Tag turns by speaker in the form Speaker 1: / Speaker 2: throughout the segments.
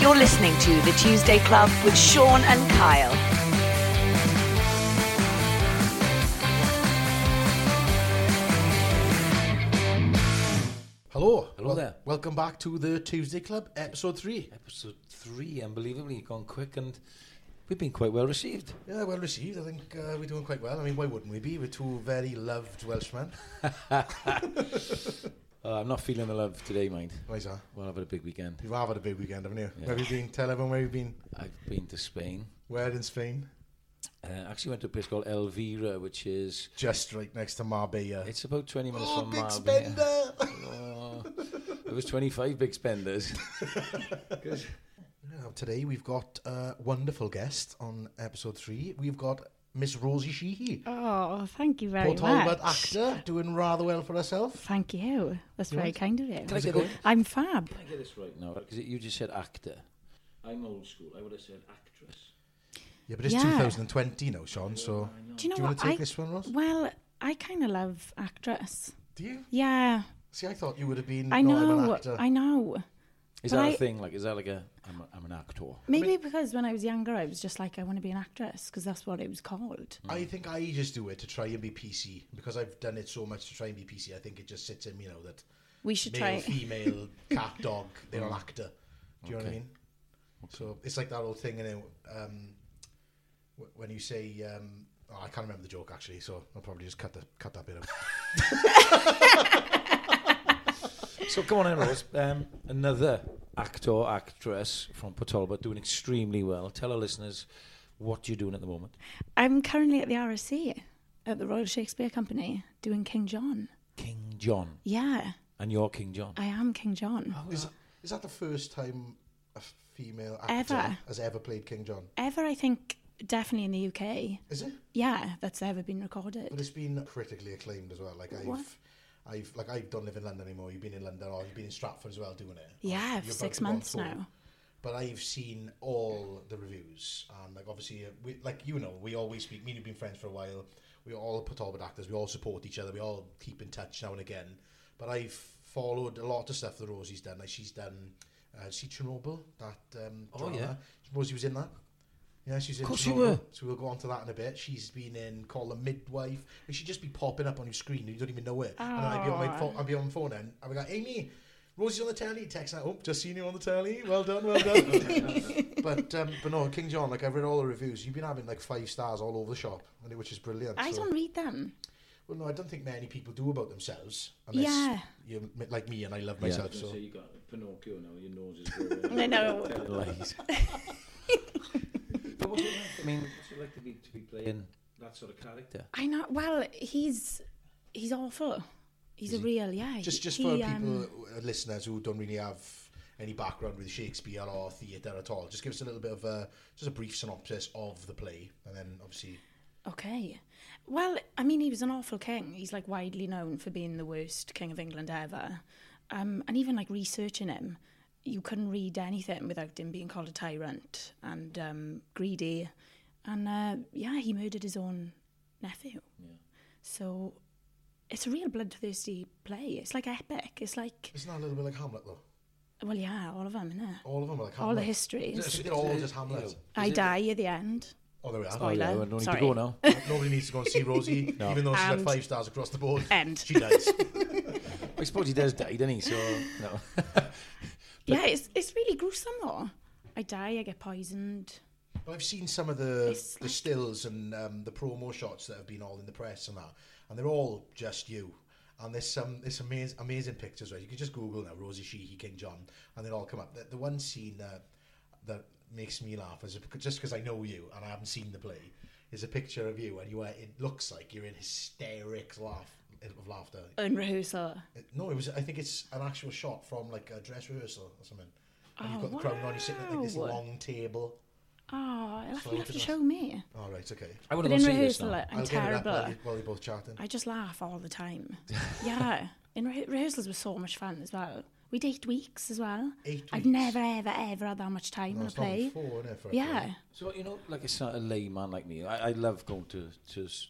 Speaker 1: You're listening to The Tuesday Club with Sean and Kyle.
Speaker 2: Hello.
Speaker 3: Hello there.
Speaker 2: Welcome back to the Tuesday Club, episode three.
Speaker 3: Episode three, unbelievably gone quick, and we've been quite well received.
Speaker 2: Yeah, well received. I think uh, we're doing quite well. I mean, why wouldn't we be? We're two very loved Welshmen.
Speaker 3: Uh, I'm not feeling the love today, mind.
Speaker 2: Why is that?
Speaker 3: Well, I've had a big weekend.
Speaker 2: You've had a big weekend, haven't you?
Speaker 3: Yeah.
Speaker 2: Where have you been? Tell everyone where you've been.
Speaker 3: I've been to Spain.
Speaker 2: Where in Spain?
Speaker 3: Uh, actually, went to a place called Elvira, which is
Speaker 2: Just right next to Marbella.
Speaker 3: it's about 20 minutes
Speaker 2: oh,
Speaker 3: from
Speaker 2: big
Speaker 3: Marbella.
Speaker 2: spender!
Speaker 3: Oh, it was 25 big spenders.
Speaker 2: Now, today we've got a wonderful guest on episode three. We've got Miss Rosie Sheehy.
Speaker 4: Oh, thank you very
Speaker 2: Port Talbot
Speaker 4: much.
Speaker 2: actor, doing rather well for herself.
Speaker 4: Thank you. That's very kind of you.
Speaker 3: Can I get it?
Speaker 4: I'm fab.
Speaker 3: Can I get this right now? Because you just said actor. I'm old school. I would have said actress.
Speaker 2: Yeah, but it's
Speaker 4: Yeah.
Speaker 2: 2020 now, Sean, so...
Speaker 4: Do you know
Speaker 2: Do you
Speaker 4: what?
Speaker 2: want to take
Speaker 4: I,
Speaker 2: this one, Ross?
Speaker 4: Well, I kind of love actress.
Speaker 2: Do you?
Speaker 4: Yeah,
Speaker 2: See, I thought you would have been...
Speaker 4: I
Speaker 2: "No, I'm an
Speaker 4: know.
Speaker 2: actor."
Speaker 4: I know.
Speaker 3: Is
Speaker 4: But
Speaker 3: that a
Speaker 4: I-
Speaker 3: thing? Like, is that like a I'm, a, I'm an actor?
Speaker 4: Maybe because when I was younger, I was just like, I want to be an actress because that's what it was called.
Speaker 2: I think I just do it to try and be PC because I've done it so much to try and be PC. I think it just sits in me now that
Speaker 4: We should
Speaker 2: male,
Speaker 4: try.
Speaker 2: female, cat, dog, they're an actor. Do you know what I
Speaker 3: Okay.
Speaker 2: mean? So it's like that old thing, you know, um, wh- when you say, um, oh, I can't remember the joke actually, so I'll probably just cut the cut that bit out.
Speaker 3: So come on in, Rose. Um, another actor, actress from Potolba doing extremely well. Tell our listeners what you're doing at the moment.
Speaker 4: I'm currently at the RSC at the Royal Shakespeare Company doing King John.
Speaker 3: King John.
Speaker 4: Yeah,
Speaker 3: And you're King John.
Speaker 4: I am King John.
Speaker 2: Is, is that the first time a female actor
Speaker 4: Ever.
Speaker 2: has ever played King John?
Speaker 4: Ever, I think, definitely in the UK.
Speaker 2: Is it?
Speaker 4: Yeah, that's ever been recorded.
Speaker 2: But it's been critically acclaimed as well. Like I've,
Speaker 4: What?
Speaker 2: I've like I don't live in London anymore. You've been in London or you've been in Stratford as well doing it.
Speaker 4: Yeah,
Speaker 2: You're
Speaker 4: for
Speaker 2: about
Speaker 4: six
Speaker 2: to go on
Speaker 4: months
Speaker 2: tour.
Speaker 4: now.
Speaker 2: But I've seen all the reviews and like obviously uh, we, like you know we always speak. Me and you've been friends for a while. We all put all actors. We all support each other. We all keep in touch now and again. But I've followed a lot of stuff that Rosie's done. Like she's done, uh, see Chernobyl that um,
Speaker 3: Oh,
Speaker 2: drama.
Speaker 3: yeah.
Speaker 2: Rosie was in that. Yeah, she's in.
Speaker 3: Of course you
Speaker 2: Chernobyl.
Speaker 3: were.
Speaker 2: So we'll go on to that in a bit. She's been in Call the Midwife. And she'd just be popping up on your screen and you don't even know it. And I'd be on my
Speaker 3: Oh.
Speaker 4: Aw.
Speaker 2: phone, I'd be on the phone and I'd be like, Amy, Rosie's on the telly. Text out, oh, just seen you on the telly. Well done, well done. but um, but no, King John, like I've read all the reviews. You've been having like five stars all over the shop, and it- which is brilliant.
Speaker 4: I
Speaker 2: so-
Speaker 4: don't read them.
Speaker 2: Well, no, I don't think many people do about themselves. Unless
Speaker 4: Yeah.
Speaker 2: You're m- like me and I love myself. So
Speaker 3: you got Pinocchio now, your nose is
Speaker 4: I know.
Speaker 3: lies. but what do you like? I mean, what's it like to be, to be playing that sort of character?
Speaker 4: I know. Well, he's he's awful. He's a real yeah.
Speaker 2: just just
Speaker 4: he-
Speaker 2: for
Speaker 4: he,
Speaker 2: people,
Speaker 4: um,
Speaker 2: uh, listeners who don't really have any background with Shakespeare or theatre at all, just give us a little bit of a just a brief synopsis of the play, and then obviously
Speaker 4: Okay. Well, I mean, he was an awful king. He's like widely known for being the worst king of England ever. Um, and even like researching him, you couldn't read anything without him being called a tyrant and um, greedy. And uh, yeah, he murdered his own nephew. So it's a real bloodthirsty play. It's like epic. It's like,
Speaker 2: isn't that a little bit like Hamlet though?
Speaker 4: well, yeah, all of them, innit?
Speaker 2: All of them are like Hamlet.
Speaker 4: All the histories.
Speaker 2: They're
Speaker 3: uh,
Speaker 2: all just Hamlet.
Speaker 4: I die at the end.
Speaker 2: Oh, there we are.
Speaker 3: Oh, yeah, well,
Speaker 4: Spoiler.
Speaker 3: no need to
Speaker 4: Sorry.
Speaker 3: go now.
Speaker 2: Nobody needs to go and see Rosie, even though she's had
Speaker 4: And-
Speaker 2: five stars across the board.
Speaker 4: End.
Speaker 2: She does.
Speaker 3: I suppose he does die, doesn't he? So, no.
Speaker 4: yeah, it's it's really gruesome though. I die, I get poisoned.
Speaker 2: Well, I've seen some of the
Speaker 4: It's
Speaker 2: the stills and um, the promo shots that have been all in the press and that, and they're all just you. And there's some there's amazing amazing pictures. Right, you can just Google now Rosie Sheehy King John, and they all come up. The, the one scene that that makes me laugh is bec- just because I know you and I haven't seen the play is a picture of you and you are, it looks like you're in hysterics laugh of laughter.
Speaker 4: In rehearsal.
Speaker 2: It- No, it was. I think it's an actual shot from like a dress rehearsal or something. And you've
Speaker 4: Oh,
Speaker 2: got the crown on. You're sitting at like this
Speaker 4: wow.
Speaker 2: long table.
Speaker 4: Oh, you'll have,
Speaker 2: Sorry
Speaker 4: you'll have
Speaker 2: to
Speaker 4: to
Speaker 2: ask.
Speaker 4: show me.
Speaker 2: All right, okay.
Speaker 3: I would
Speaker 4: But
Speaker 3: have
Speaker 4: in
Speaker 3: seen this
Speaker 4: rehearsal,
Speaker 3: now.
Speaker 4: I'm
Speaker 2: get it up
Speaker 4: terrible.
Speaker 2: While, you, while you're both chatting.
Speaker 4: I just laugh all the time. yeah. In re- rehearsals were so much fun as well. We'd eight weeks as well.
Speaker 2: Eight
Speaker 4: I've
Speaker 2: weeks?
Speaker 4: never, ever, ever had that much time
Speaker 2: No,
Speaker 4: in a
Speaker 2: it's not
Speaker 4: play.
Speaker 2: four, innit, for a
Speaker 4: Yeah.
Speaker 2: play.
Speaker 3: So you know, like a sort of layman like me, I, I love going to to S-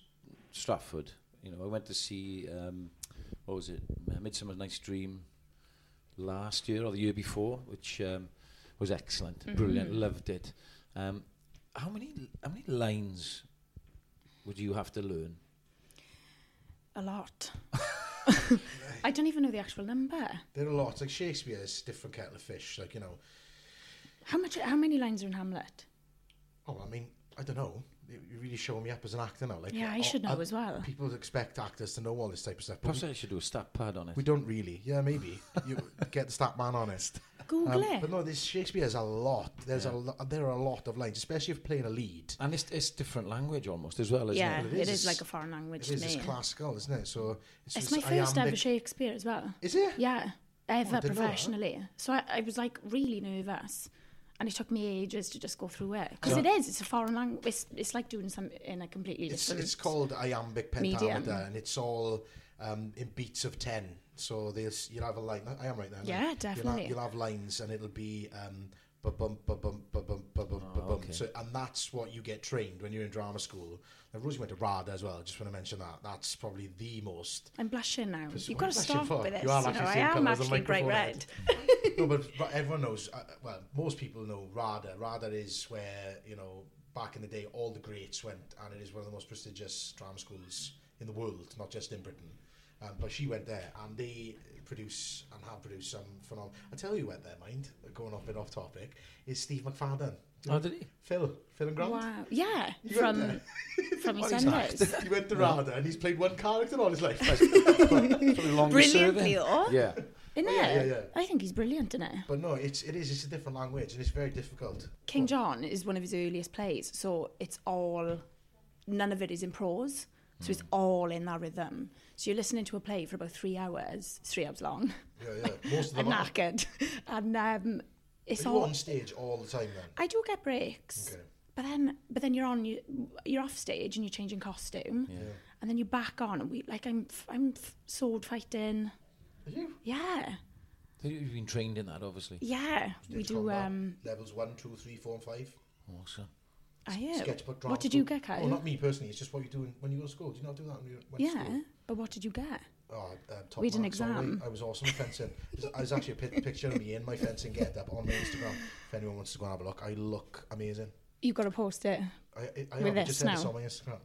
Speaker 3: Stratford. You know, I went to see um, what was it, Midsummer Night's Dream, last year or the year before, which um, was excellent,
Speaker 4: Mm-hmm.
Speaker 3: brilliant, loved it. Um, how many how many lines would you have to learn?
Speaker 4: A lot. I don't even know the actual number.
Speaker 2: There are a lot. Like Shakespeare is a different kettle of fish. Like, you know,
Speaker 4: How much? How many lines are in Hamlet?
Speaker 2: oh, I mean, I don't know. You- You're really showing me up as an actor now. Like,
Speaker 4: Yeah, I
Speaker 2: oh,
Speaker 4: should know
Speaker 2: uh,
Speaker 4: as well.
Speaker 2: People expect actors to know all this type of stuff. But
Speaker 3: Perhaps
Speaker 2: we,
Speaker 3: I should do a stat pad on it.
Speaker 2: we don't really. Yeah, maybe. You get the stat man honest.
Speaker 4: Google
Speaker 2: Um, but
Speaker 4: it.
Speaker 2: no, this Shakespeare is a lot. There's a lo- there are a lot of lines, especially if playing a lead.
Speaker 3: and it's, it's different language almost as well, isn't
Speaker 4: yeah,
Speaker 3: it?
Speaker 2: Well, it
Speaker 4: it
Speaker 2: is.
Speaker 4: is like a foreign
Speaker 2: It
Speaker 4: language to
Speaker 2: is it's
Speaker 4: me.
Speaker 2: classical, isn't it? So it's,
Speaker 4: It's
Speaker 2: just
Speaker 4: my first ever
Speaker 2: iambic-
Speaker 4: Shakespeare as well.
Speaker 2: Is it?
Speaker 4: Yeah, ever
Speaker 2: Oh, didn't know that.
Speaker 4: professionally. So I, I was like really nervous, and it took me ages to just go through it because it is. It's a foreign language. It's, it's like doing something in a completely
Speaker 2: It's
Speaker 4: different.
Speaker 2: it's called iambic
Speaker 4: Medium.
Speaker 2: pentameter, and it's all um, in beats of ten. So there's you'll have a line. I am right now.
Speaker 4: Yeah, definitely.
Speaker 2: You'll have, you'll have lines, and it'll be. Um, Ba-bum, ba-bum, ba-bum, ba-bum, ba-bum.
Speaker 3: okay.
Speaker 2: So, and that's what you get trained when you're in drama school. Now, Rosie went to RADA as well. Just want to mention that. That's probably the most.
Speaker 4: I'm blushing now.
Speaker 2: Pers-
Speaker 4: You've
Speaker 2: what
Speaker 4: got to
Speaker 2: are you blushing
Speaker 4: stop
Speaker 2: for?
Speaker 4: with this.
Speaker 2: You are
Speaker 4: You know,
Speaker 2: actually
Speaker 4: I
Speaker 2: seeing
Speaker 4: am
Speaker 2: colours on
Speaker 4: actually great
Speaker 2: microphone
Speaker 4: red.
Speaker 2: no, but but everyone knows. Uh, well, most people know RADA. RADA is where you know back in the day all the greats went, and it is one of the most prestigious drama schools in the world, not just in Britain. Um, but she went there, and they produce and have produced some phenomenal. I tell you, who went there. Mind going off a bit off topic is Steve McFadden. You
Speaker 3: Oh,
Speaker 2: know,
Speaker 3: did he?
Speaker 2: Phil, Phil and Grant.
Speaker 4: Wow. Yeah,
Speaker 2: You went
Speaker 4: from
Speaker 2: there.
Speaker 4: from EastEnders.
Speaker 2: He went to RADA, and he's played one character all his life.
Speaker 3: Probably longer
Speaker 4: Brilliantly,
Speaker 3: serving.
Speaker 4: or
Speaker 3: Yeah.
Speaker 4: isn't
Speaker 2: yeah,
Speaker 4: it?
Speaker 2: yeah, yeah.
Speaker 4: I think he's brilliant in it.
Speaker 2: but no, it's it is it's a different language, and it's very difficult.
Speaker 4: King John is one of his earliest plays, so it's all none of it is in prose, so
Speaker 2: Hmm.
Speaker 4: it's all in that rhythm. So you're listening to a play for about three hours, three hours long,
Speaker 2: Yeah, yeah. Most of
Speaker 4: and
Speaker 2: them are.
Speaker 4: knackered, and um, it's
Speaker 2: Are you
Speaker 4: all.
Speaker 2: on stage all the time then?
Speaker 4: I do get breaks,
Speaker 2: Okay.
Speaker 4: but then but then you're on you, you're off stage and you're changing costume, and then you're back on. And we like I'm f- I'm f- sword fighting.
Speaker 2: Are you?
Speaker 4: Yeah,
Speaker 3: So You've been trained in that, obviously.
Speaker 4: yeah. we
Speaker 2: It's called
Speaker 4: do.
Speaker 2: that.
Speaker 4: Um,
Speaker 2: levels one, two, three, four, and five.
Speaker 3: Awesome.
Speaker 4: I am.
Speaker 2: Sketchbook drama.
Speaker 4: What did you
Speaker 2: school.
Speaker 4: get, Kyle?
Speaker 2: Oh, not me personally. It's just what you do when you go to school. Do you not do that when you went to
Speaker 4: yeah,
Speaker 2: school?
Speaker 4: but what did you get?
Speaker 2: Oh, uh, top
Speaker 4: We did an
Speaker 2: marks, sorry.
Speaker 4: exam.
Speaker 2: I was awesome at fencing. There's, there's actually a pi- picture of me in my fencing get up on my Instagram. If anyone wants to go and have a look, I look amazing.
Speaker 4: You got to post it.
Speaker 2: I, I, I
Speaker 4: With
Speaker 2: already just
Speaker 4: this
Speaker 2: said this
Speaker 4: now.
Speaker 2: on my Instagram.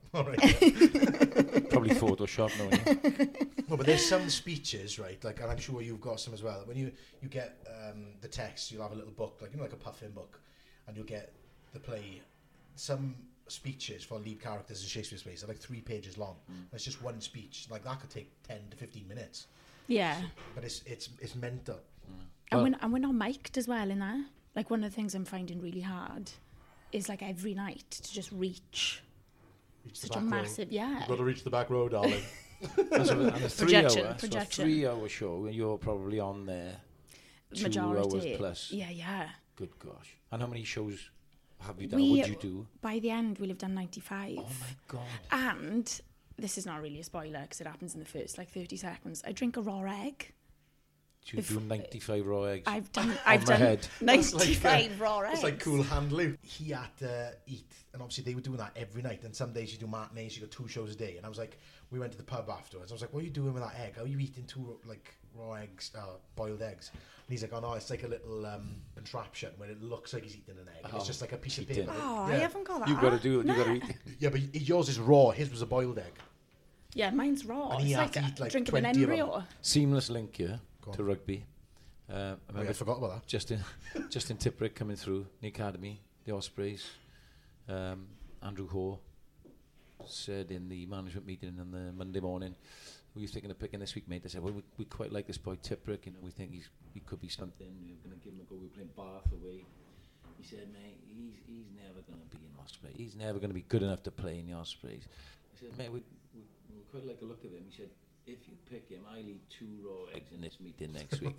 Speaker 2: All right.
Speaker 3: Probably Photoshop, knowing you.
Speaker 2: no, but there's some speeches, right? Like, and I'm sure you've got some as well. When you you get um, the text, you'll have a little book, like you know, like a puffin book, and you'll get the play. Some speeches for lead characters in Shakespeare's plays are like three pages long. And it's just one speech. Like that could take ten to fifteen minutes,
Speaker 4: Yeah.
Speaker 2: but it's it's it's mental.
Speaker 4: And, we're, and we're not mic'd as well in there. Like, one of the things I'm finding really hard is like every night to just reach
Speaker 2: Reach the
Speaker 4: such a
Speaker 2: back row.
Speaker 4: massive, yeah.
Speaker 2: Gotta reach the back row, darling.
Speaker 3: And so- and a three
Speaker 4: Projection,
Speaker 3: hour, So
Speaker 4: projection.
Speaker 3: a three hour show, and you're probably on there two hours plus.
Speaker 4: Yeah, yeah.
Speaker 3: Good gosh. And how many shows have you done?
Speaker 4: We,
Speaker 3: Would you do?
Speaker 4: By the end, we'll have done 95.
Speaker 3: Oh my God.
Speaker 4: And this is not really a spoiler because it happens in the first like 30 seconds. I drink a raw egg.
Speaker 3: Do you do 95 raw eggs?
Speaker 4: I've done, I've done
Speaker 3: head.
Speaker 4: 95 raw eggs.
Speaker 2: uh, It's like cool handling. He had to eat, and obviously they were doing that every night. And some days you do matinees, you got two shows a day. And I was like, we went to the pub afterwards. I was like, what are you doing with that egg? How are you eating two like raw eggs, uh, boiled eggs? And he's like, oh no, it's like a little um, contraption where it looks like he's eating an egg. it's just like a piece of
Speaker 3: cheating.
Speaker 2: paper.
Speaker 4: Oh, I
Speaker 2: yeah.
Speaker 4: haven't got that.
Speaker 3: You've got to do it. You've got to
Speaker 4: Nah.
Speaker 3: eat it.
Speaker 2: yeah, but yours is raw. His was a boiled egg.
Speaker 4: Yeah, mine's raw.
Speaker 2: And
Speaker 4: it's
Speaker 2: he had
Speaker 4: like,
Speaker 2: to eat, like,
Speaker 4: drinking an
Speaker 2: 20 of 'em.
Speaker 4: embryo.
Speaker 3: Seamless link here
Speaker 2: Go on.
Speaker 3: to rugby. Uh, I
Speaker 2: Oh, yeah,
Speaker 3: remember
Speaker 2: I forgot about that.
Speaker 3: Justin, Justin Tipperick coming through the academy, the Ospreys, um, Andrew Hoare said in the management meeting on the Monday morning, were you thinking of picking this week, mate? They said, well, we, we quite like this boy Tipperick, you know, we think he's, he could be something. We're going to give him a go. We were playing Bath away. He said, mate, he's, he's never going to be an Osprey. He's never going to be good enough to play in the Ospreys. I said, mate, we, we, we quite like the look of him. He said, if you pick him, I leave two raw eggs in this meeting next week.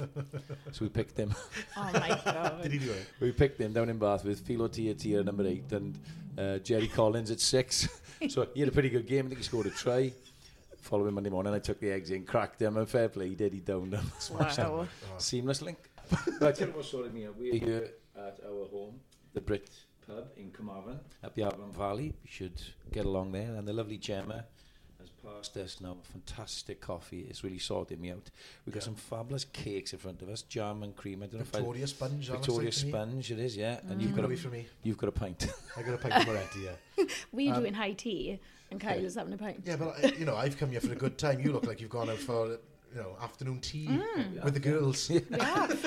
Speaker 3: so we picked him.
Speaker 4: Oh my god.
Speaker 2: Did he do it?
Speaker 3: We picked him down in Bath with Philo Tiatia at number eight and uh, Jerry Collins at six. so he had a pretty good game. I think he scored a try. Following Monday morning, I took the eggs in, cracked them, and fair play, he did. He downed them.
Speaker 4: Wow.
Speaker 3: Seamless link. but you know what sorted me out? We're here at our home, the Brit pub in Carmarthen, up the Avon Valley. You should get along there. And the lovely Gemma, uh, has passed us now a fantastic coffee. It's really sorted me out. We've got some fabulous cakes in front of us, jam and cream. I don't know if
Speaker 2: Victoria Sponge.
Speaker 3: I,
Speaker 2: that looks
Speaker 3: Victoria
Speaker 2: like to me.
Speaker 3: Sponge, it is, yeah. And
Speaker 2: Keep
Speaker 3: you've
Speaker 2: it
Speaker 3: got
Speaker 2: away
Speaker 3: a,
Speaker 2: from me.
Speaker 3: you've got a pint.
Speaker 2: I got a pint of Moretti, yeah.
Speaker 4: We're doing high tea, and Kyle is having a pint.
Speaker 2: Um, Yeah, but I, you know, I've come here for a good time. You look like you've gone out for you know afternoon tea
Speaker 4: Mm.
Speaker 2: with the girls.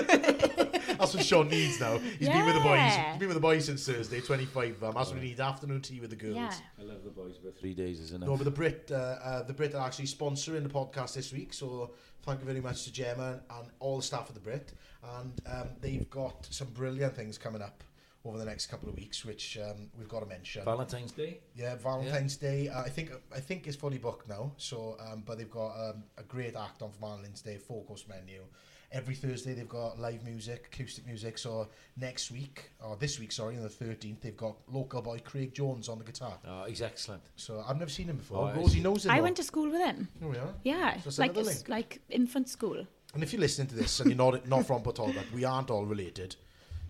Speaker 2: That's what Sean needs now. He's been with the boys.
Speaker 4: Yeah.
Speaker 2: He's been with the boys since Thursday, twenty five. Um, that's what we need afternoon tea with the girls.
Speaker 4: Yeah.
Speaker 3: I love the boys, but three days is enough.
Speaker 2: No, but the Brit, uh, uh, the Brit are actually sponsoring the podcast this week. So thank you very much to Gemma and all the staff of the Brit, and um, they've got some brilliant things coming up over the next couple of weeks, which um, we've got to mention.
Speaker 3: Valentine's Day.
Speaker 2: Yeah, Valentine's Day. Uh, I think I think it's fully booked now. So, um, but they've got um, a great act on for Valentine's Day, four course menu. Every Thursday they've got live music, acoustic music. So next week or this week, sorry, on the thirteenth, they've got local boy Craig Jones on the guitar.
Speaker 3: Oh, he's excellent.
Speaker 2: So I've never seen him before.
Speaker 3: Oh, I
Speaker 2: Rosie
Speaker 3: see.
Speaker 2: knows him.
Speaker 4: I
Speaker 2: though.
Speaker 4: went to school with him.
Speaker 2: Here we are.
Speaker 4: Yeah,
Speaker 2: So it's
Speaker 4: like
Speaker 2: another
Speaker 4: s-
Speaker 2: link.
Speaker 4: like infant school.
Speaker 2: And if you're listening to this and you're not not from Portalbert, we aren't all related.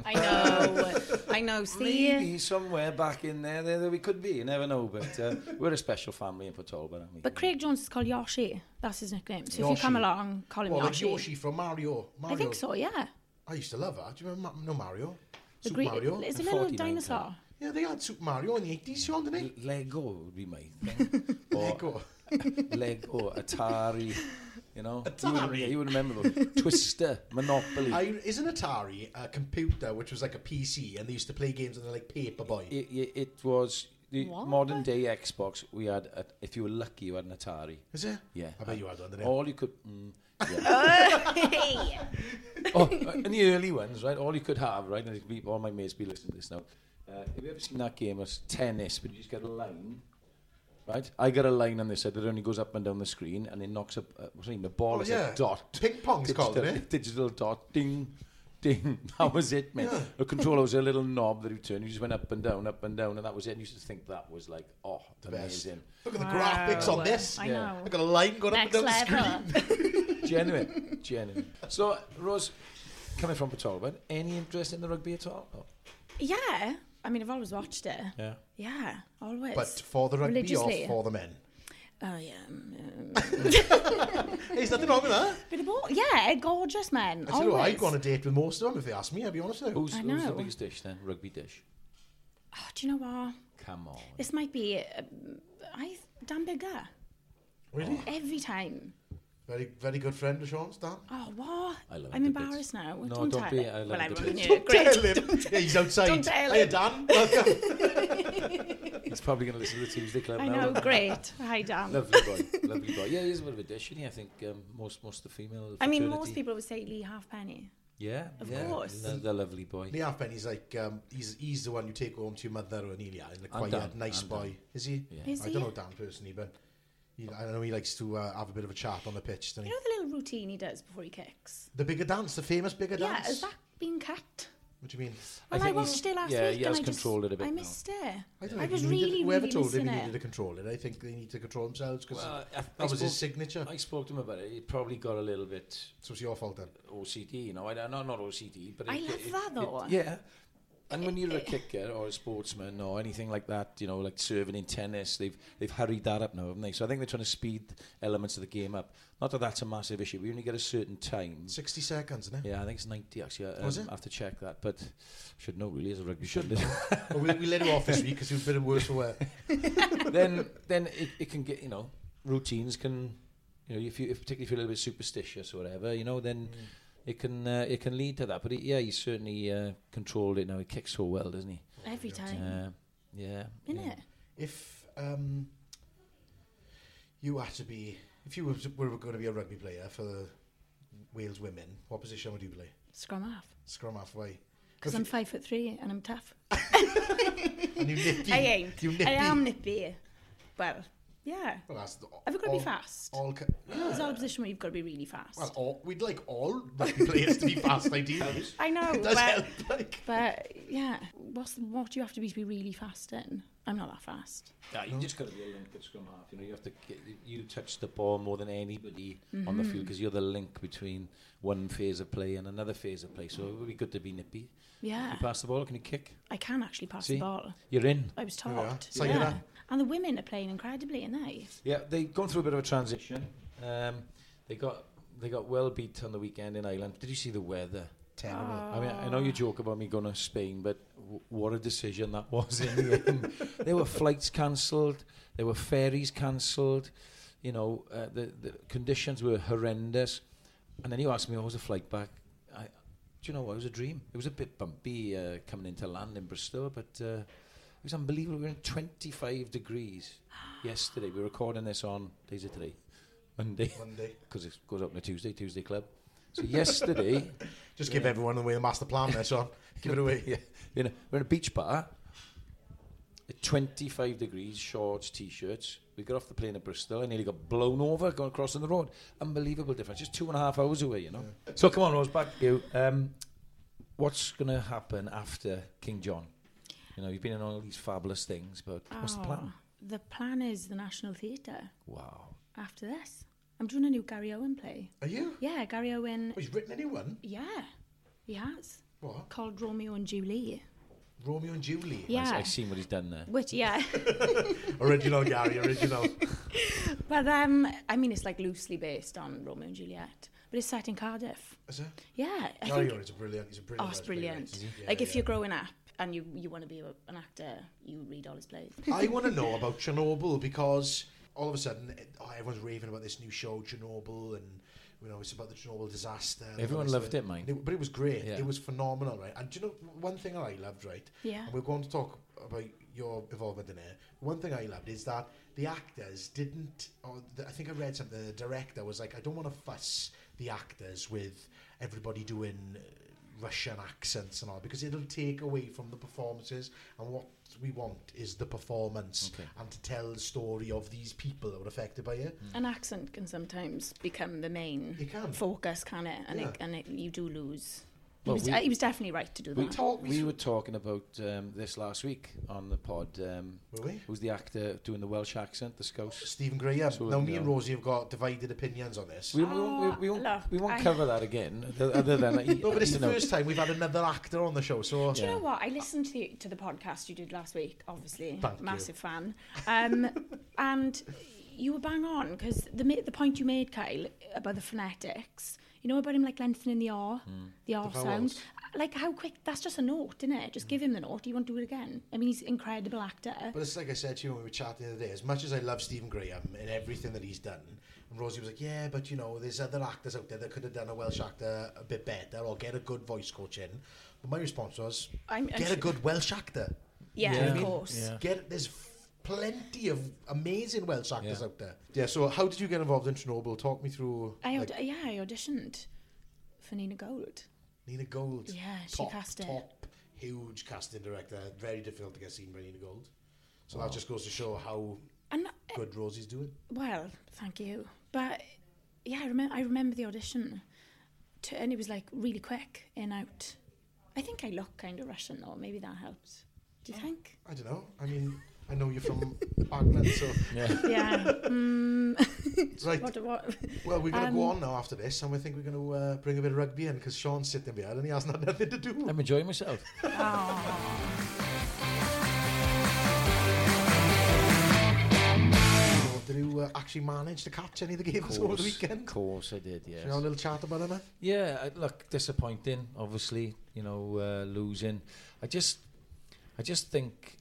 Speaker 4: I know, I know. See,
Speaker 3: Maybe somewhere back in there, there, there we could be. You never know, but uh, we're a special family in Portalba, aren't we?
Speaker 4: but Craig Jones is called Yoshi. That's his nickname. So if
Speaker 2: Yoshi.
Speaker 4: you come along, call him
Speaker 2: Well, it's
Speaker 4: Yoshi.
Speaker 2: Yoshi from Mario. Mario.
Speaker 4: I think so. Yeah,
Speaker 2: I used to love her. Do you remember? Ma- No Mario.
Speaker 4: the
Speaker 2: Super
Speaker 4: great.
Speaker 2: Mario.
Speaker 4: It's
Speaker 3: The
Speaker 4: a little
Speaker 3: 49
Speaker 4: dinosaur.
Speaker 2: Yeah, they had Super Mario in the eighties, Sean, didn't they?
Speaker 3: L- Lego would be my thing. or
Speaker 2: Lego.
Speaker 3: Lego, Atari, you know. You would,
Speaker 2: Atari?
Speaker 3: you would remember those. Twister, Monopoly.
Speaker 2: I, isn't Atari a computer which was like a PC and they used to play games on the like Paperboy?
Speaker 3: it, it, it was the
Speaker 4: What?
Speaker 3: modern day Xbox. We had, a, if you were lucky, you had an Atari.
Speaker 2: Is it?
Speaker 3: Yeah.
Speaker 2: I bet you had one, didn't you?
Speaker 3: All you could. Mm, yeah. oh, in the early ones, right? All you could have, right? And it'd be, all my mates be listening to this now. Uh, have you ever seen that game of tennis? But you just get a line, right? I got a line on this side that only goes up and down the screen, and it knocks up. Uh, what's the name? The ball
Speaker 2: Oh,
Speaker 3: is
Speaker 2: yeah.
Speaker 3: a dot.
Speaker 2: Ping pong's
Speaker 3: digital,
Speaker 2: called, isn't it?
Speaker 3: Digital dot. Ding. Ding. That was it, man. The controller was a little knob that you turned. You just went up and down, up and down, and that was it. And you used to think that was like, oh, the
Speaker 2: Best.
Speaker 3: amazing.
Speaker 2: Look at the
Speaker 4: Wow.
Speaker 2: graphics on this.
Speaker 4: I
Speaker 3: Yeah.
Speaker 4: know.
Speaker 2: I've got a line going
Speaker 4: Next
Speaker 2: up and down the
Speaker 4: level.
Speaker 2: screen.
Speaker 3: genuine, genuine. So, Rose, coming from Patalbert, any interest in the rugby at all? Oh,
Speaker 4: Yeah, I mean, I've always watched it.
Speaker 3: yeah.
Speaker 4: Yeah, always.
Speaker 2: But for the rugby or
Speaker 4: Religiously.
Speaker 2: for the men?
Speaker 4: oh yeah, um,
Speaker 2: There's nothing wrong with that.
Speaker 4: bit of all. Yeah, gorgeous man.
Speaker 2: I tell you what, I'd
Speaker 4: always.
Speaker 2: go on a date with most of them if they asked me, I'd be honest with you.
Speaker 3: Who's,
Speaker 4: I
Speaker 3: who's the
Speaker 4: know.
Speaker 3: biggest dish then? Rugby dish.
Speaker 4: Oh, do you know what?
Speaker 3: Come on.
Speaker 4: This might be. Um, I Dan Bigger
Speaker 3: Oh.
Speaker 2: Really?
Speaker 4: every time.
Speaker 2: Very very good friend of Sean's, Dan.
Speaker 4: Oh what?
Speaker 3: I love
Speaker 4: I'm
Speaker 3: it a bit.
Speaker 4: embarrassed now.
Speaker 3: No,
Speaker 4: don't,
Speaker 3: don't
Speaker 4: tell
Speaker 3: be.
Speaker 4: him.
Speaker 3: I love
Speaker 4: well,
Speaker 3: it
Speaker 4: I'm
Speaker 3: a bit.
Speaker 4: ruining it. Great.
Speaker 2: Tell him. Yeah, he's outside.
Speaker 4: Don't tell
Speaker 2: Hey,
Speaker 4: him.
Speaker 2: Dan. Welcome.
Speaker 3: He's probably going to listen to the Tuesday Club
Speaker 4: I
Speaker 3: now.
Speaker 4: know. Great. Hi Dan.
Speaker 3: Lovely boy, lovely boy. Yeah, he's a bit of a dish, isn't he? I think um, most most of the female.
Speaker 4: I mean,
Speaker 3: fraternity-
Speaker 4: most people would say Lee Halfpenny.
Speaker 3: Yeah,
Speaker 4: Of
Speaker 3: yeah.
Speaker 4: course.
Speaker 3: Another lovely boy.
Speaker 2: Neil Halfpenny's like, um, he's, he's the one you take home to your mother or Anelia and a quiet,
Speaker 3: Dan,
Speaker 2: nice
Speaker 3: and
Speaker 2: boy.
Speaker 3: Dan.
Speaker 2: Is he?
Speaker 3: Yeah.
Speaker 4: Is
Speaker 2: I
Speaker 4: he?
Speaker 2: don't know Dan personally, but he, I know he likes to uh, have a bit of a chat on the pitch, doesn't he?
Speaker 4: You know the little routine he does before he kicks.
Speaker 2: The bigger dance, the famous bigger
Speaker 4: Yeah,
Speaker 2: dance.
Speaker 4: has that been cut?
Speaker 2: What do you mean?
Speaker 4: Well, I,
Speaker 3: think he's-
Speaker 4: watched it last
Speaker 3: yeah,
Speaker 4: week.
Speaker 3: he has
Speaker 4: and I just-
Speaker 3: controlled it a bit
Speaker 4: I
Speaker 3: now.
Speaker 4: missed it. I,
Speaker 2: don't think
Speaker 4: was
Speaker 2: he
Speaker 4: really,
Speaker 2: needed, whoever
Speaker 4: really
Speaker 2: told him
Speaker 4: missing
Speaker 2: he needed
Speaker 4: it.
Speaker 2: to control it, I think they need to control themselves because
Speaker 3: Well, I- I
Speaker 2: that was his
Speaker 3: suppose-
Speaker 2: signature.
Speaker 3: I spoke to him about it. It probably got a little bit
Speaker 2: so it's your fault then.
Speaker 3: Mm. OCD, you know. I don't, not not OCD, but
Speaker 4: I
Speaker 3: it,
Speaker 4: love
Speaker 3: it,
Speaker 4: that,
Speaker 3: it-
Speaker 4: though.
Speaker 3: yeah. And when you're a kicker or a sportsman or anything like that, you know, like serving in tennis, they've they've hurried that up now, haven't they? So I think they're trying to speed elements of the game up. Not that that's a massive issue. We only get a certain time.
Speaker 2: 60 seconds, isn't it?
Speaker 3: Yeah, I think it's 90 actually. I,
Speaker 2: Was
Speaker 3: um,
Speaker 2: it?
Speaker 3: I have to check that, but should know really as a rugby should.
Speaker 2: Well, we, we let him off this week because he was a bit of worse for wear.
Speaker 3: then then it, it can get you know routines can you know if you if particularly if you're a little bit superstitious or whatever you know then it can uh, it can lead to that but he, yeah he's certainly uh, controlled it now he kicks so well doesn't he
Speaker 4: Every time.
Speaker 3: uh, yeah
Speaker 4: Isn't
Speaker 3: yeah.
Speaker 4: it?
Speaker 2: If um, you had to be, if you were, were going to be a rugby player for the Wales women, what position would you play?
Speaker 4: Scrum half.
Speaker 2: Scrum half, why?
Speaker 4: Because I'm five foot three and I'm tough.
Speaker 2: And you nippy.
Speaker 4: I ain't.
Speaker 2: You nippy.
Speaker 4: I am nippy. Well, yeah.
Speaker 2: Well, that's the-
Speaker 4: Have you got to be
Speaker 2: all-
Speaker 4: fast?
Speaker 2: All, ca-
Speaker 4: It's all a position where you've got to be really fast.
Speaker 2: well, all, we'd like all rugby players to be fast, ideally.
Speaker 4: I know,
Speaker 2: It does
Speaker 4: but,
Speaker 2: help. Like,
Speaker 4: but yeah. What's the, what do you have to be to be really fast in? I'm not that fast.
Speaker 3: Yeah, you just got to be a link at scrum half. You know, you have to get, you touch the ball more than anybody on the field
Speaker 4: Mm-hmm.
Speaker 3: because you're the link between one phase of play and another phase of play. So it would be good to be nippy.
Speaker 4: Yeah.
Speaker 3: You pass the ball, can you kick?
Speaker 4: I can actually pass
Speaker 3: See?
Speaker 4: the ball.
Speaker 3: You're in.
Speaker 4: I was
Speaker 2: we are.
Speaker 4: taught.
Speaker 2: Sign it
Speaker 4: yeah.
Speaker 2: up.
Speaker 4: And the women are playing incredibly, aren't they?
Speaker 3: Yeah, they've gone through a bit of a transition. Um, they got they got well beat on the weekend in Ireland. Did you see the weather?
Speaker 2: Terrible.
Speaker 3: I mean, I know you joke about me going to Spain, but w- what a decision that was in the end. there were flights cancelled, there were ferries cancelled, you know, uh, the, the conditions were horrendous. And then you asked me, oh, was a flight back? I, do you know what? It was a dream. It was a bit bumpy uh, coming into land in Bristol, but uh, it was unbelievable. We were in 25 degrees yesterday. We're recording this on, days of today, Monday,
Speaker 2: Monday.
Speaker 3: because it goes up on a Tuesday, Tuesday Club. So yesterday,
Speaker 2: Just give everyone away the master plan there, Sean. give it away.
Speaker 3: yeah. We're in, a, we're in a beach bar at 25 degrees, shorts, t shirts. We got off the plane at Bristol. I nearly got blown over going across on the road. Unbelievable difference. Just two and a half hours away, you know. So come on, Rose, back to you. Um, what's going to happen after King John? You know, you've been in all these fabulous things, but what's
Speaker 4: Oh.
Speaker 3: the plan?
Speaker 4: The plan is the National Theatre
Speaker 3: Wow.
Speaker 4: after this. I'm doing a new Gary Owen play.
Speaker 2: Are you?
Speaker 4: Yeah, Gary Owen.
Speaker 2: Well, he's written a new one.
Speaker 4: Yeah, he has.
Speaker 2: What?
Speaker 4: Called Romeo and Julie.
Speaker 2: Romeo and Julie.
Speaker 3: I s-
Speaker 4: Yeah.
Speaker 3: I've seen what he's done there.
Speaker 4: Which, yeah.
Speaker 2: Original Gary, original.
Speaker 4: but um, I mean, it's like loosely based on Romeo and Juliet, but it's set in Cardiff.
Speaker 2: Is it?
Speaker 4: Yeah.
Speaker 3: Oh,
Speaker 4: I
Speaker 2: Gary
Speaker 4: think,
Speaker 2: Owen is a brilliant. Oh, He's a brilliant.
Speaker 4: oh, it's
Speaker 2: writer, playwright.
Speaker 4: brilliant.
Speaker 2: Yeah,
Speaker 4: like, if
Speaker 2: Mm-hmm. yeah.
Speaker 4: you're growing up and you, you want to be a, an actor, you read all his plays.
Speaker 2: I want to know about Chernobyl because all of a sudden it, oh, everyone's raving about this new show Chernobyl and you know it's about the Chernobyl disaster. and all
Speaker 3: Everyone
Speaker 2: this
Speaker 3: loved
Speaker 2: thing.
Speaker 3: it, mate.
Speaker 2: And But it was great.
Speaker 3: Yeah.
Speaker 2: It was phenomenal, right? And do you know one thing I loved, right?
Speaker 4: Yeah.
Speaker 2: And we're going to talk about your involvement in it. One thing I loved is that the actors didn't. Or the, I think I read something. The director was like, I don't want to fuss the actors with everybody doing. Uh, Russian accents and all because it'll take away from the performances and what we want is the performance
Speaker 3: Okay.
Speaker 2: and to tell the story of these people that were affected by it.
Speaker 3: Mm.
Speaker 4: An accent can sometimes become the main
Speaker 2: It can.
Speaker 4: focus, can it? And,
Speaker 2: Yeah.
Speaker 4: it, and it, you do lose. He,
Speaker 3: Well,
Speaker 4: was,
Speaker 3: we-
Speaker 4: uh, he was definitely right to do
Speaker 3: We,
Speaker 4: that.
Speaker 2: talk-
Speaker 3: we were talking about um, this last week on the pod. Um,
Speaker 2: Were we?
Speaker 3: Who's the actor doing the Welsh accent, the Scouse?
Speaker 2: Stephen Graham.
Speaker 3: So,
Speaker 2: now me
Speaker 3: yeah.
Speaker 2: and Rosie have got divided opinions on this.
Speaker 3: We, we won't, we, we
Speaker 4: Oh,
Speaker 3: won't,
Speaker 4: look,
Speaker 3: we won't
Speaker 4: I-
Speaker 3: cover that again, th- other than that.
Speaker 2: No, but it's the first time we've had another actor on the show, so
Speaker 4: Do you know what? I listened to the, to the podcast you did last week, obviously.
Speaker 2: Thank you.
Speaker 4: Massive fan. Um, and you were bang on because the, ma- the point you made, Kyle, about the phonetics, you know, about him like lengthening the R, the R
Speaker 2: Mm.
Speaker 4: sound.
Speaker 2: vowels. Mm.
Speaker 4: Like how quick, that's just a note, isn't it? Just give him the note. He won't do it again. I mean, he's an incredible actor.
Speaker 2: But it's like I said to you when we were chatting the other day, as much as I love Stephen Graham and everything that he's done, and Rosie was like, yeah, but you know, there's other actors out there that could have done a Welsh actor a bit better or get a good voice coach in. But my response was,
Speaker 4: I'm- I'm
Speaker 2: get a
Speaker 4: sure-
Speaker 2: good Welsh actor.
Speaker 4: yeah,
Speaker 3: Yeah.
Speaker 4: of course.
Speaker 3: Yeah.
Speaker 2: Get There's f- plenty of amazing Welsh actors
Speaker 3: Yeah.
Speaker 2: out there. Yeah, so how did you get involved in Chernobyl? Talk me through
Speaker 4: I
Speaker 2: like,
Speaker 4: aud- yeah, I auditioned for Nina Gold.
Speaker 2: Nina Gold.
Speaker 4: Yeah, she
Speaker 2: top,
Speaker 4: cast it.
Speaker 2: Top, huge casting director. Very difficult to get seen by Nina Gold. So that just goes to show how
Speaker 4: And
Speaker 2: good Rosie's doing.
Speaker 4: Well, thank you. But yeah, I remember. I remember the audition, to, and it was like really quick in out. I think I look kind of Russian, though. Maybe that helps. Do you think?
Speaker 2: I don't know. I mean, I know you're from Bagman, so
Speaker 3: Yeah.
Speaker 4: Yeah. mm,
Speaker 2: Right.
Speaker 4: What, what?
Speaker 2: well, we're going to go
Speaker 4: Um,
Speaker 2: on now after this, and we think we're going to uh, bring a bit of rugby in because Sean's sitting behind and he has not nothing to do.
Speaker 3: I'm enjoying myself.
Speaker 2: Did you uh, actually manage to catch any of the games over the weekend?
Speaker 3: course I did,
Speaker 2: Shall we have a
Speaker 3: yes.
Speaker 2: little chat about it, man?
Speaker 3: Yeah, I- look, disappointing, obviously, you know, uh, losing. I just, I just think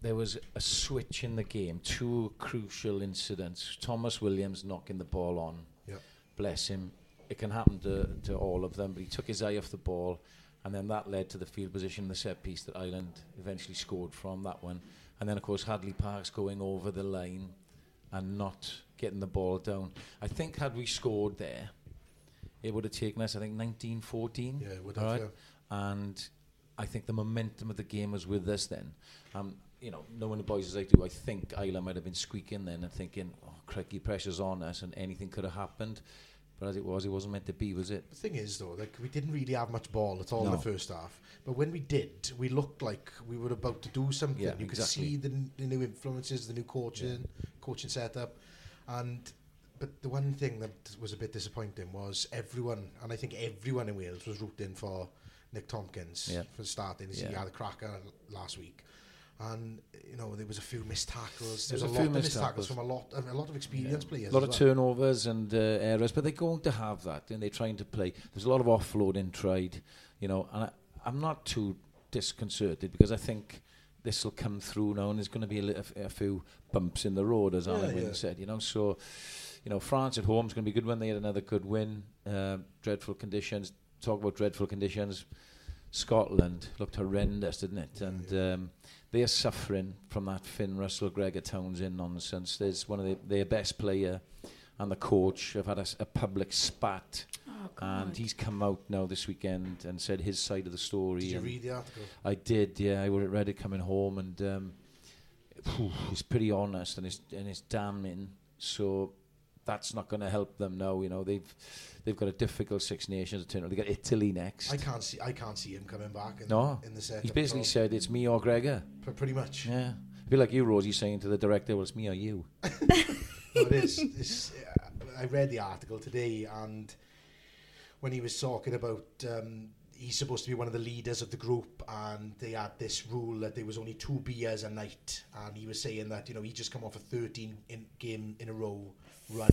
Speaker 3: there was a switch in the game, two crucial incidents. Thomas Williams knocking the ball on.
Speaker 2: Yeah.
Speaker 3: Bless him. It can happen to, to all of them, but he took his eye off the ball, and then that led to the field position, the set piece that Ireland eventually scored from that one. And then, of course, Hadley Parks going over the line and not getting the ball down. I think, had we scored there, it would have taken us, I think, 1914.
Speaker 2: Yeah, it would have,
Speaker 3: all right?
Speaker 2: yeah.
Speaker 3: and I think the momentum of the game was with us then. Um, you know, knowing the boys as I do, I think Isla might have been squeaking then and thinking, oh, crikey, pressure's on us and anything could have happened. But as it was, it wasn't meant to be, was it?
Speaker 2: The thing is, though, like we didn't really have much ball at all in
Speaker 3: No.
Speaker 2: the first half. But when we did, we looked like we were about to do something.
Speaker 3: Yeah,
Speaker 2: you could
Speaker 3: exactly.
Speaker 2: see the, n- the new influences, the new coaching, coaching setup, and but the one thing that was a bit disappointing was everyone, and I think everyone in Wales was rooting for Nick Tompkins
Speaker 3: Yeah.
Speaker 2: for starting. as He
Speaker 3: Yeah.
Speaker 2: had a cracker last week, And you know there was a few missed tackles. There
Speaker 3: There
Speaker 2: was, a,
Speaker 3: was a few
Speaker 2: lot of
Speaker 3: missed
Speaker 2: missed tackles
Speaker 3: tackles.
Speaker 2: from a lot, and a lot of experienced players.
Speaker 3: A lot
Speaker 2: as
Speaker 3: of
Speaker 2: well.
Speaker 3: turnovers and uh, errors, but they're going to have that, and they're trying to play. There's a lot of offloading tried, you know, and I, I'm not too disconcerted because I think this will come through now, and there's going to be a, lit- a few bumps in the road, as Alan
Speaker 2: Yeah,
Speaker 3: Wynne
Speaker 2: yeah.
Speaker 3: said, you know. So, you know, France at home is going to be a good one. They had another good win. Uh, dreadful conditions. Talk about dreadful conditions. Scotland looked horrendous, didn't it? And um, they are suffering from that Finn Russell Gregor Townsend nonsense. There's one of the, their best player and the coach have had a, s- a public spat,
Speaker 4: Oh, God.
Speaker 3: and he's come out now this weekend and said his side of the story.
Speaker 2: Did you
Speaker 3: and
Speaker 2: read the article?
Speaker 3: I did, yeah. I were- read it coming home, and um, phew, it's pretty honest and it's and it's damning. So that's not going to help them now. You know they've they've got a difficult Six Nations to turn. They got Italy next.
Speaker 2: I can't see. I can't see him coming back. In,
Speaker 3: no,
Speaker 2: in the second.
Speaker 3: he basically
Speaker 2: so-
Speaker 3: said it's me or Gregor.
Speaker 2: P- pretty much.
Speaker 3: Yeah, it'd be like you, Rosie, saying to the director, "Well, it's me or you."
Speaker 2: No, it is. It's, I read the article today, and when he was talking about um, he's supposed to be one of the leaders of the group, and they had this rule that there was only two beers a night, and he was saying that you know he just come off a 13 in game in a row run,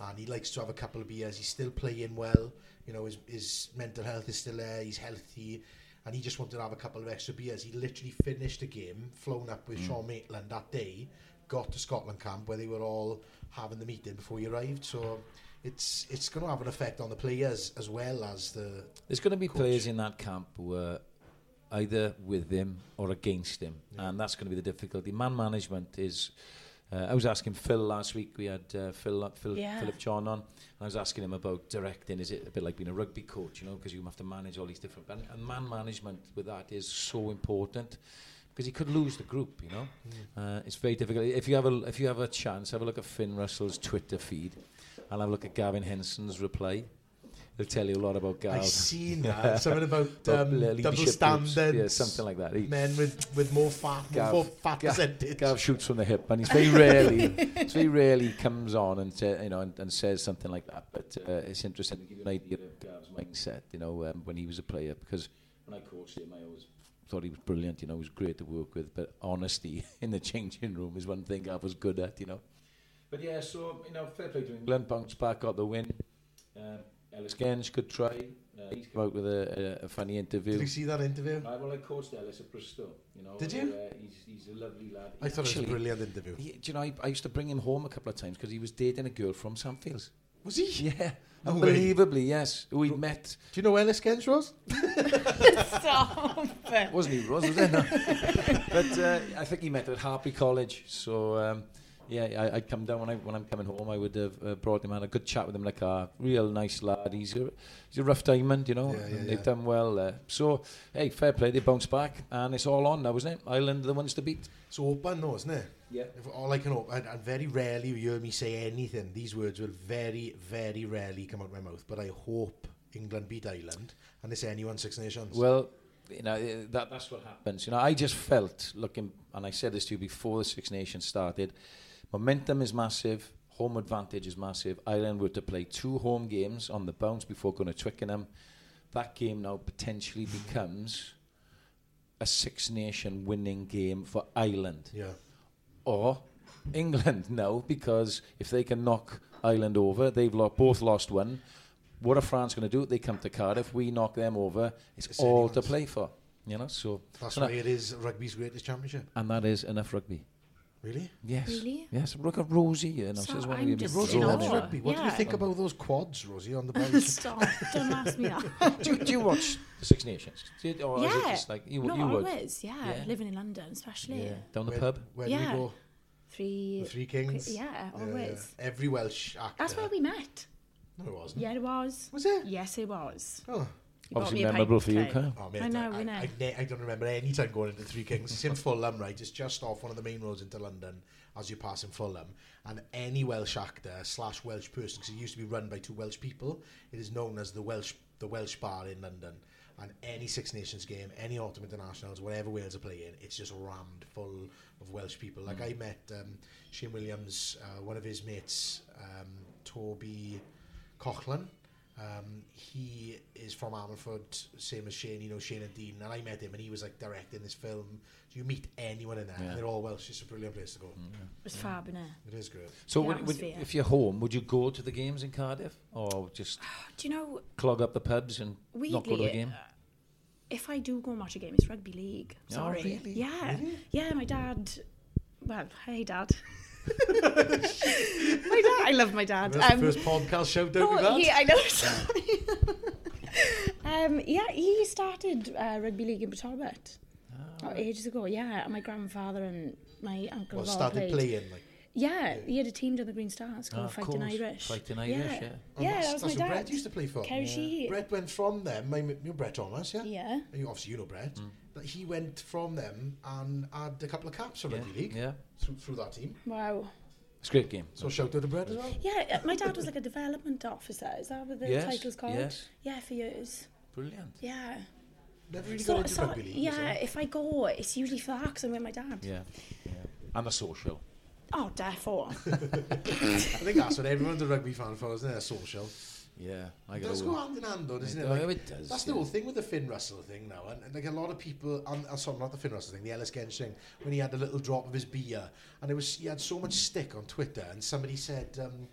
Speaker 2: and he likes to have a couple of beers. He's still playing well, you know his his mental health is still there. He's healthy. And he just wanted to have a couple of extra beers. He literally finished the game, flown up
Speaker 3: Hmm.
Speaker 2: with Sean Maitland that day, got to Scotland camp where they were all having the meeting before he arrived. So it's it's going to have an effect on the players as well as the.
Speaker 3: There's going to be players in that camp who are either with him or against him, and that's going to be the difficulty. Man management is. Uh, I was asking Phil last week. We had uh, Phil, Phil
Speaker 4: Yeah.
Speaker 3: Philip John on, and I was asking him about directing. Is it a bit like being a rugby coach, you know, because you have to manage all these different and, and man management with that is so important because he could lose the group, you know. Uh, it's very difficult. If you have a if you have a chance, have a look at Finn Russell's Twitter feed, and have a look at Gavin Henson's reply. They'll tell you a lot about Gav.
Speaker 2: I've seen that. Something about
Speaker 3: Double-
Speaker 2: um,
Speaker 3: uh,
Speaker 2: double
Speaker 3: Oh. leadership groups.
Speaker 2: standards.
Speaker 3: Yeah, something like that. He-
Speaker 2: Men with, with more fat,
Speaker 3: Gav-
Speaker 2: more fat
Speaker 3: Gav-
Speaker 2: percentage.
Speaker 3: Gav shoots from the hip, and he's very rarely, it's very rarely comes on and say, you know and, and says something like that. But uh, it's interesting to give you an idea of Gav's mindset, you know, um, when he was a player. Because when I coached him, I always thought he was brilliant. You know, he was great to work with. But honesty in the changing room is one thing Gav was good at. You know. But yeah, so you know, fair play to England. Bounced back, got the win. Uh, Ellis Gens, good try. Uh, he's come out with a, a, a funny
Speaker 2: Did
Speaker 3: interview.
Speaker 2: you see that interview?
Speaker 3: I, well, I coached Ellis at Bristol. You know,
Speaker 2: Did you?
Speaker 3: Uh, he's, he's a lovely lad.
Speaker 2: I thought
Speaker 3: Actually,
Speaker 2: it was a brilliant interview.
Speaker 3: He, do you know, I, I used to bring him home a couple of times because he was dating a girl from Samfields.
Speaker 2: Was he?
Speaker 3: Yeah,
Speaker 2: No way.
Speaker 3: unbelievably, yes. Who he'd met.
Speaker 2: Do you know Ellis Gens was?
Speaker 4: Stop it.
Speaker 3: Wasn't he, Ros, was it? No. but uh, I think he met her at Harpy College. So, um, yeah, I, I'd come down when, I, when I'm coming home. I would have uh, brought him and had a good chat with him in the car. Real nice lad. He's a, he's a rough diamond, you know.
Speaker 2: Yeah, yeah,
Speaker 3: and they've
Speaker 2: yeah.
Speaker 3: done well there. So, hey, fair play. They bounced back and it's all on now, isn't it? Ireland are the ones to beat.
Speaker 2: It's open though, isn't it?
Speaker 3: Yeah.
Speaker 2: If all I can hope, and, and very rarely you hear me say anything. These words will very, very rarely come out of my mouth. But I hope England beat Ireland, and it's anyone Six Nations.
Speaker 3: Well, you know eh, that that's what happens. You know, I just felt looking, and I said this to you before the Six Nations started. Momentum is massive. Home advantage is massive. Ireland were to play two home games on the bounce before going to Twickenham. That game now potentially becomes a Six Nation winning game for Ireland
Speaker 2: yeah.
Speaker 3: or England now because if they can knock Ireland over, they've lo- both lost one. What are France going to do? They come to Cardiff, we knock them over. It's,
Speaker 2: It's
Speaker 3: all to
Speaker 2: anyone's.
Speaker 3: play for, you know. So
Speaker 2: That's
Speaker 3: so
Speaker 2: why
Speaker 3: that-
Speaker 2: it is rugby's greatest championship.
Speaker 3: and that is enough rugby.
Speaker 2: Really?
Speaker 3: Yes.
Speaker 4: Really?
Speaker 3: Yes. Look at Rosie. You know,
Speaker 4: So
Speaker 3: she's one
Speaker 4: I'm
Speaker 3: of
Speaker 4: just
Speaker 3: your-
Speaker 2: Rosie
Speaker 4: Sure.
Speaker 2: loves rugby. What do you
Speaker 4: Yeah.
Speaker 2: think about those quads, Rosie, on the bench?
Speaker 4: Stop. Don't ask me that.
Speaker 3: do, do you watch the Six Nations? Do you, or is it
Speaker 4: yeah.
Speaker 3: just like you,
Speaker 4: no,
Speaker 3: you would?
Speaker 4: always. Yeah.
Speaker 3: Yeah.
Speaker 4: Living in London, especially.
Speaker 3: Yeah. Down the
Speaker 2: Where-
Speaker 3: pub.
Speaker 2: Where do
Speaker 4: Yeah.
Speaker 2: we go?
Speaker 4: Three.
Speaker 2: The Three Kings.
Speaker 4: Yeah, always.
Speaker 2: Every Welsh actor.
Speaker 4: That's where we met.
Speaker 2: No, it wasn't.
Speaker 4: Yeah, it was.
Speaker 2: Was it?
Speaker 4: Yes, it was.
Speaker 2: Oh.
Speaker 4: You bought
Speaker 3: Obviously
Speaker 4: me a
Speaker 3: memorable
Speaker 4: pint
Speaker 3: for you,
Speaker 4: today.
Speaker 3: Kyle.
Speaker 2: Oh, mate,
Speaker 4: I know,
Speaker 2: I,
Speaker 4: innit?
Speaker 2: I, ne- I don't remember any time going into Three Kings. It's in Fulham, right? It's just off one of the main roads into London as you're passing Fulham. And any Welsh actor slash Welsh person, because it used to be run by two Welsh people, it is known as the Welsh the Welsh Bar in London. And any Six Nations game, any Autumn Internationals, whatever Wales are playing, it's just rammed full of Welsh people. Like I met um, Shane Williams, uh, one of his mates, um, Toby Coughlin, Um, he is from Amelford, same as Shane, you know, Shane and Dean. And I met him and he was like directing this film. So you meet anyone in there,
Speaker 3: Yeah. Mm.
Speaker 2: and they're all Welsh. It's a brilliant place to go.
Speaker 4: was fab, innit?
Speaker 2: It is great.
Speaker 3: So,
Speaker 4: The
Speaker 3: would, would,
Speaker 4: atmosphere.
Speaker 3: if you're home, would you go to the games in Cardiff, or just
Speaker 4: Do you know,
Speaker 3: clog up the pubs and not go to the
Speaker 4: Weirdly,
Speaker 3: game?
Speaker 4: if I do go and watch a game, it's rugby league.
Speaker 3: Oh,
Speaker 4: Sorry.
Speaker 3: really?
Speaker 4: Yeah. Yeah, my dad. Well, hey, dad. my dad. I love my dad. Um,
Speaker 2: That's the first podcast shout out we've
Speaker 4: no,
Speaker 2: had.
Speaker 4: he, I know. Sorry. um, yeah, he started uh, rugby league in Pawtucket oh, ages ago. Yeah, and my grandfather and my uncle
Speaker 2: Well,
Speaker 4: have all
Speaker 2: started
Speaker 4: played.
Speaker 2: playing like
Speaker 4: Yeah, he had a team down the Green Stars called
Speaker 3: Ah, of
Speaker 4: Fighting
Speaker 3: course,
Speaker 4: Irish.
Speaker 3: Fighting Irish, yeah.
Speaker 2: Oh,
Speaker 4: Yeah,
Speaker 2: that's,
Speaker 4: that
Speaker 2: that's
Speaker 4: was my
Speaker 2: what
Speaker 4: dad.
Speaker 2: Brett used to pllee for.
Speaker 4: Kerry Sheehy.
Speaker 2: Brett went from them. My, you know Brett Thomas, yeah.
Speaker 4: Yeah.
Speaker 2: You- Obviously, you know Brett.
Speaker 3: Mm.
Speaker 2: But he went from them and had a couple of caps for
Speaker 3: Yeah,
Speaker 2: rugby league
Speaker 3: yeah.
Speaker 2: through, through that team.
Speaker 4: Wow.
Speaker 3: It's a great game.
Speaker 2: So shout out to Brett as well.
Speaker 4: Yeah, uh, my dad was like a development officer. Is that what the
Speaker 3: Yes,
Speaker 4: title's called?
Speaker 3: yes.
Speaker 4: Yeah, for years.
Speaker 3: Brilliant.
Speaker 4: Yeah.
Speaker 2: Never really
Speaker 4: So,
Speaker 2: got into
Speaker 4: so
Speaker 2: rugby league. is
Speaker 4: yeah,
Speaker 2: it?
Speaker 4: if I go, it's usually for that 'cause I'm with my dad.
Speaker 3: Yeah. yeah. And the social.
Speaker 4: Oh, therefore.
Speaker 2: I think that's what everyone's a rugby fan for, isn't it? A social.
Speaker 3: Yeah. I
Speaker 2: It does go hand in hand, though, doesn't it?
Speaker 3: It-
Speaker 2: Like,
Speaker 3: oh, it does,
Speaker 2: That's the
Speaker 3: yeah.
Speaker 2: whole thing with the Finn Russell thing now, and, and like a lot of people, and uh, sorry, not the Finn Russell thing, the Ellis Gensh thing, when he had a little drop of his beer, and it was he had so much stick on Twitter, and somebody said um,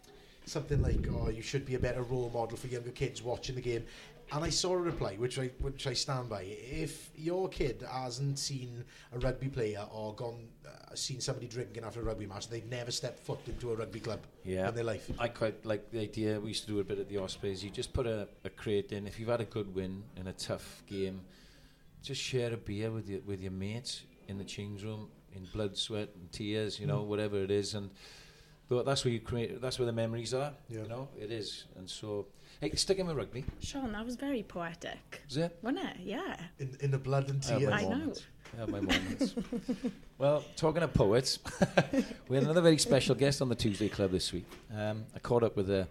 Speaker 2: something like, "Oh, you should be a better role model for younger kids watching the game." And I saw a reply, which I which I stand by. If your kid hasn't seen a rugby player or gone uh, seen somebody drinking after a rugby match, they've never stepped foot into a rugby club
Speaker 3: Yeah.
Speaker 2: in their life.
Speaker 3: I quite like the idea. We used to do a bit at the Ospreys. You just put a, a crate in. If you've had a good win in a tough game, just share a beer with your with your mates in the change room in blood, sweat, and tears. You know,
Speaker 2: Mm.
Speaker 3: whatever it is, and tho- that's where you create. That's where the memories are.
Speaker 2: Yeah.
Speaker 3: You know, it is. And so, hey, sticking with rugby,
Speaker 4: Sean, that was very poetic.
Speaker 3: is it?
Speaker 4: Wasn't it? Yeah.
Speaker 2: In, in the blood and
Speaker 3: I
Speaker 2: tears.
Speaker 3: have my
Speaker 4: I know.
Speaker 3: moments. I have my moments. well, talking of poets, we had another very special guest on the Tuesday Club this week. Um, I caught up with a,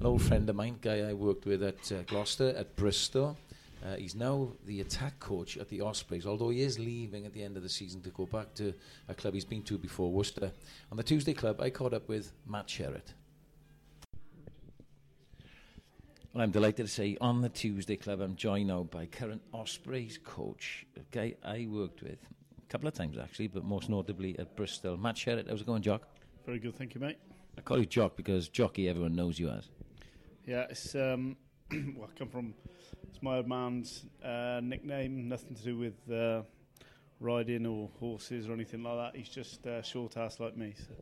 Speaker 3: an old friend of mine, guy I worked with at uh, Gloucester, at Bristol. Uh, he's now the attack coach at the Ospreys, although he is leaving at the end of the season to go back to a club he's been to before, Worcester. On the Tuesday Club, I caught up with Matt Sherritt. Well, I'm delighted to say on the Tuesday Club, I'm joined now by current Ospreys coach, a guy I worked with a couple of times actually, but most notably at Bristol. Matt Sherritt, how's it going, Jock?
Speaker 5: Very good, thank you, mate.
Speaker 3: I call you Jock because jockey everyone knows you as.
Speaker 5: Yeah, it's um, well, I come from it's my old man's uh, nickname. Nothing to do with uh, riding or horses or anything like that. He's just uh, short ass like me. So.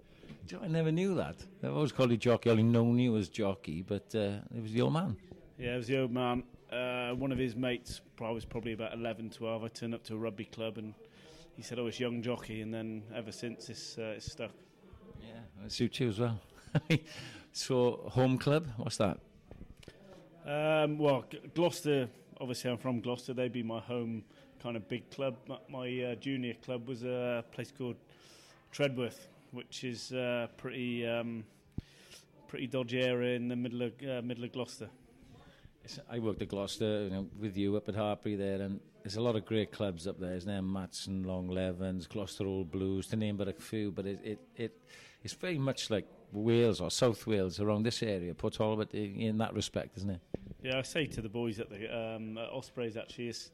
Speaker 3: Jo- I never knew that. I've always called you jockey. I only known you as jockey, but uh, it was your man.
Speaker 5: Yeah, it was the old man. Uh, one of his mates. pro- I was probably about 11, 12. I turned up to a rugby club and he said I was young jockey, and then ever since it's uh, it's stuck.
Speaker 3: Yeah, it suits you as well. so home club, what's that?
Speaker 5: Um, well, G- Gloucester. Obviously, I'm from Gloucester. They'd be my home kind of big club. My, my uh, junior club was a place called Treadworth, which is uh, pretty um, pretty dodgy area in the middle of uh, middle of Gloucester.
Speaker 3: It's- I worked at Gloucester you know, with you up at Harpy there, and there's a lot of great clubs up there. Isn't there Matson, Long Levens, Gloucester Old Blues, to name but a few. But it, it, it it's very much like Wales or South Wales around this area, Port Talbot, i- in that respect, isn't it?
Speaker 5: Yeah, I say to the boys at the um, at Ospreys actually, it's,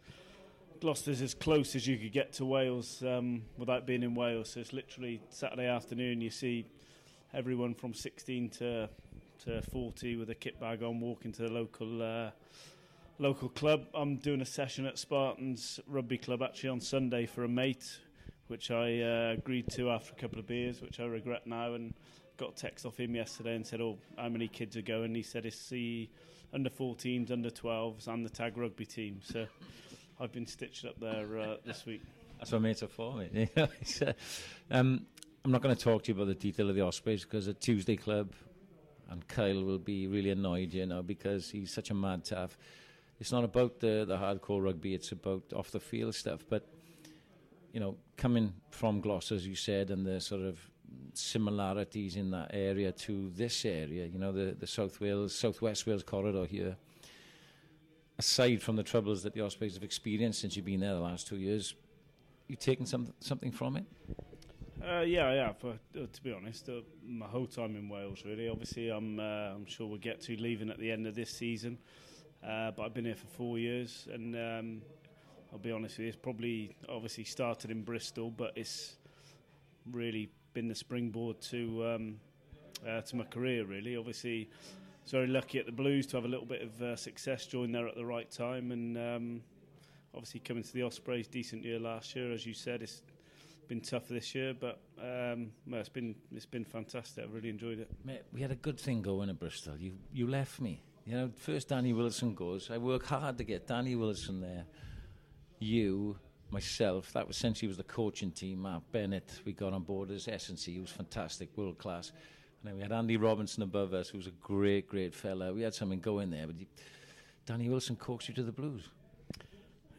Speaker 5: Gloucester's as close as you could get to Wales um, without being in Wales. So it's literally Saturday afternoon. You see everyone from 16 to to 40 with a kit bag on, walking to the local uh, local club. I'm doing a session at Spartans Rugby Club actually on Sunday for a mate, which I uh, agreed to after a couple of beers, which I regret now. And got a text off him yesterday and said, "Oh, how many kids are going?" He said, "It's the under 14s, under 12s, and the tag rugby team." So I've been stitched up there uh, this week.
Speaker 3: That's what mates are for, mate. You know, it's, uh, um, I'm not going to talk to you about the detail of the Ospreys because at Tuesday Club, and Kyle will be really annoyed, you know, because he's such a mad taff. It's not about the, the hardcore rugby, it's about off the field stuff. But, you know, coming from Gloucester, as you said, and the sort of similarities in that area to this area, you know, the, the South Wales, South West Wales corridor here. Aside from the troubles that the Ospreys have experienced since you've been there the last two years, you taken some, something from it?
Speaker 5: Uh, yeah, I have. Uh, to be honest, uh, my whole time in Wales, really. Obviously, I'm uh, I'm sure we'll get to leaving at the end of this season, uh, but I've been here for four years, and um, I'll be honest with you, it's probably obviously started in Bristol, but it's really been the springboard to um, uh, to my career, really. Obviously, I was very lucky at the Blues to have a little bit of uh, success, joined there at the right time, and um, obviously coming to the Ospreys, decent year last year, as you said, it's been tough this year, but um, well, it's been it's been fantastic. I've really enjoyed it.
Speaker 3: Mate, we had a good thing going at Bristol. You you left me. You know, first Danny Wilson goes. I worked hard to get Danny Wilson there. You, myself, that was essentially was the coaching team. Mark Bennett, we got on board as S&C, who was fantastic, world class. And then we had Andy Robinson above us, who was a great, great fella. We had something going there, but you, Danny Wilson coaxed you to the Blues.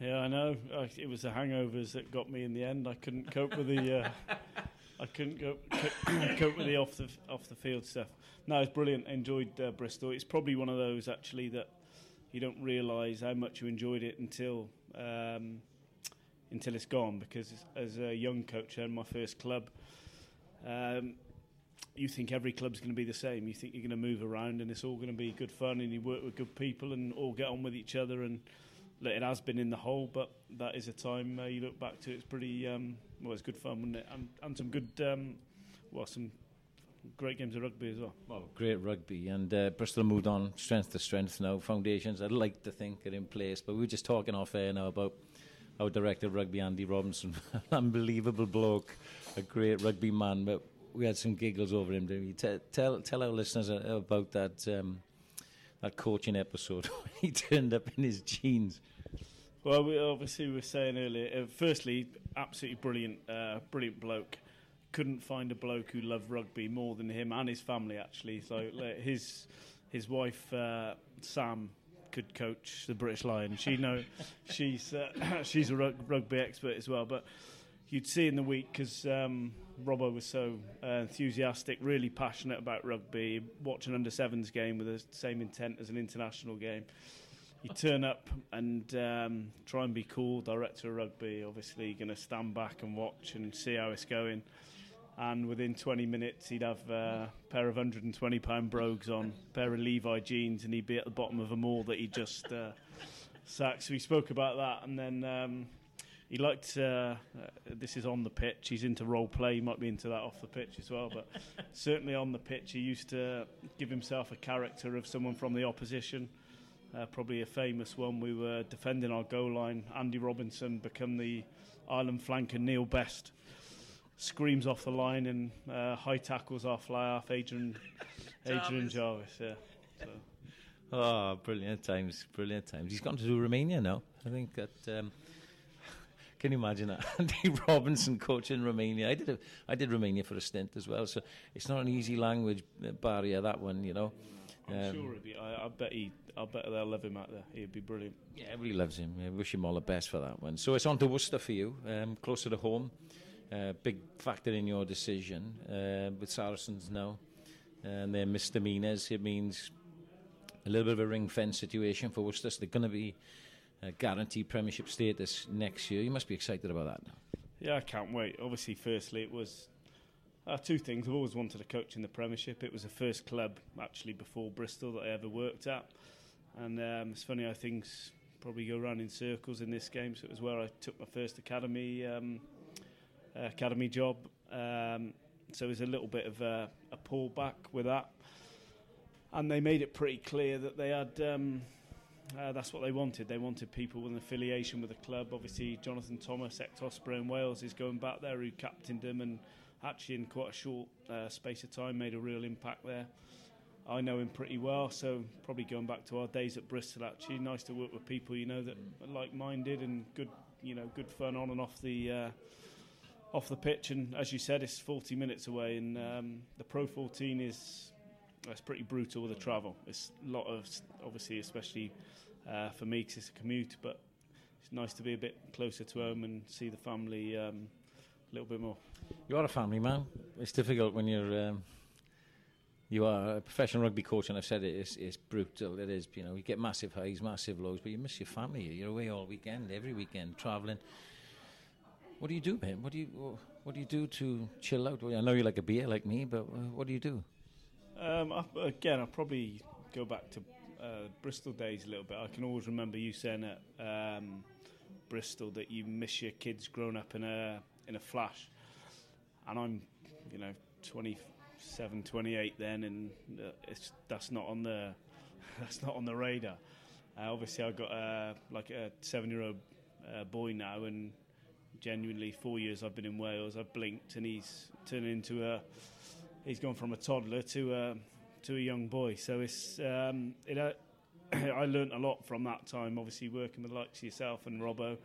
Speaker 5: Yeah, I know. I, it was the hangovers that got me in the end. I couldn't cope with the. Uh, I couldn't cope, cope, cope with the off the off the field stuff. No, it's brilliant. Enjoyed uh, Bristol. It's probably one of those actually that you don't realise how much you enjoyed it until um, until it's gone. Because as a young coach and my first club, um, you think every club's going to be the same. You think you're going to move around and it's all going to be good fun and you work with good people and all get on with each other and look, it has been in the hole, but that is a time uh, you look back to. It's pretty um, well. It's good fun, wasn't it? And, and some good, um, well, some great games of rugby as well.
Speaker 3: Well, great rugby, and uh, Bristol moved on strength to strength now. Foundations, I'd like to think, are in place, but we were just talking off air now about our director of rugby, Andy Robinson, an unbelievable bloke, a great rugby man, but we had some giggles over him. Didn't we? Te- tell tell our listeners uh, about that. Um, that coaching episode, when he turned up in his jeans.
Speaker 5: Well, we obviously we were saying earlier. Uh, firstly, absolutely brilliant, uh, brilliant bloke. Couldn't find a bloke who loved rugby more than him and his family. Actually, so like, his his wife uh, Sam could coach the British Lions. She know she's uh, she's a rug- rugby expert as well. But you'd see in the week because um, Robbo was so uh, enthusiastic, really passionate about rugby. Watch an under sevens game with the same intent as an international game. You turn up and um, try and be cool, director of rugby. Obviously, going to stand back and watch and see how it's going. And within 20 minutes, he'd have uh, a pair of 120 pound brogues on, a pair of Levi jeans, and he'd be at the bottom of a mall that he just uh, sacked. So we spoke about that, and then um, he liked. Uh, uh, this is on the pitch. He's into role play. He might be into that off the pitch as well, but certainly on the pitch, he used to give himself a character of someone from the opposition. Uh, probably a famous one. We were defending our goal line. Andy Robinson become the Ireland flanker. Neil Best screams off the line and uh, high tackles our fly half Adrian Adrian Jarvis. Yeah. So.
Speaker 3: Oh, brilliant times, brilliant times. He's gone to do Romania now. I think that. Um, can you imagine that? Andy Robinson coaching Romania. I did a, I did Romania for a stint as well, so it's not an easy language uh, barrier that one, you know.
Speaker 5: I'm
Speaker 3: Um,
Speaker 5: sure he'd be. I, I bet he. I bet they'll love him out there. He'd be brilliant.
Speaker 3: Yeah, everybody loves him. I wish him all the best for that one. So it's on to Worcester for you, um, closer to home. Uh, big factor in your decision uh, with Saracens now and their misdemeanours. It means a little bit of a ring fence situation for Worcester. So they're going to be uh, guaranteed Premiership status next year. You must be excited about that.
Speaker 5: Yeah, I can't wait. Obviously, firstly, it was uh, two things. I've always wanted to coach in the Premiership. It was the first club, actually, before Bristol that I ever worked at. And um, it's funny how things probably go round in circles in this game. So it was where I took my first academy um, uh, academy job. Um, so it was a little bit of a, a pullback with that. And they made it pretty clear that they had. Um, Uh, that's what they wanted. They wanted people with an affiliation with the club. Obviously, Jonathan Thomas, ex Osprey in Wales, is going back there, who captained them and actually, in quite a short uh, space of time, made a real impact there. I know him pretty well, so probably going back to our days at Bristol, actually, nice to work with people you know that are like-minded and good, you know, good fun on and off the uh, off the pitch. And as you said, it's 40 minutes away, and um, the Pro 14 is that's pretty brutal with the travel. It's a lot of obviously, especially uh, for me 'cause it's a commute, but it's nice to be a bit closer to home and see the family um, a little bit more.
Speaker 3: You are a family man. It's difficult when you're um, you are a professional rugby coach, and I've said it. It's, it's brutal. It is. You know, you get massive highs, massive lows, but you miss your family. You're away all weekend, every weekend, travelling. What do you do, man? What do you? wh- What do you do to chill out? Well, I know you like a beer like me, but uh, what do you do?
Speaker 5: Um, I, again, I'll probably go back to uh, Bristol days a little bit. I can always remember you saying at um, Bristol that you miss your kids growing up in a in a flash. And I'm, you know, 27, 28 then, and uh, it's that's not on the that's not on the radar. Uh, obviously, I've got uh, like a seven-year-old uh, boy now, and genuinely four years I've been in Wales. I've blinked, and he's turned into a he's gone from a toddler to a to a young boy. So it's um, it. Uh, I learnt a lot from that time. Obviously, working with the likes of yourself and Robbo,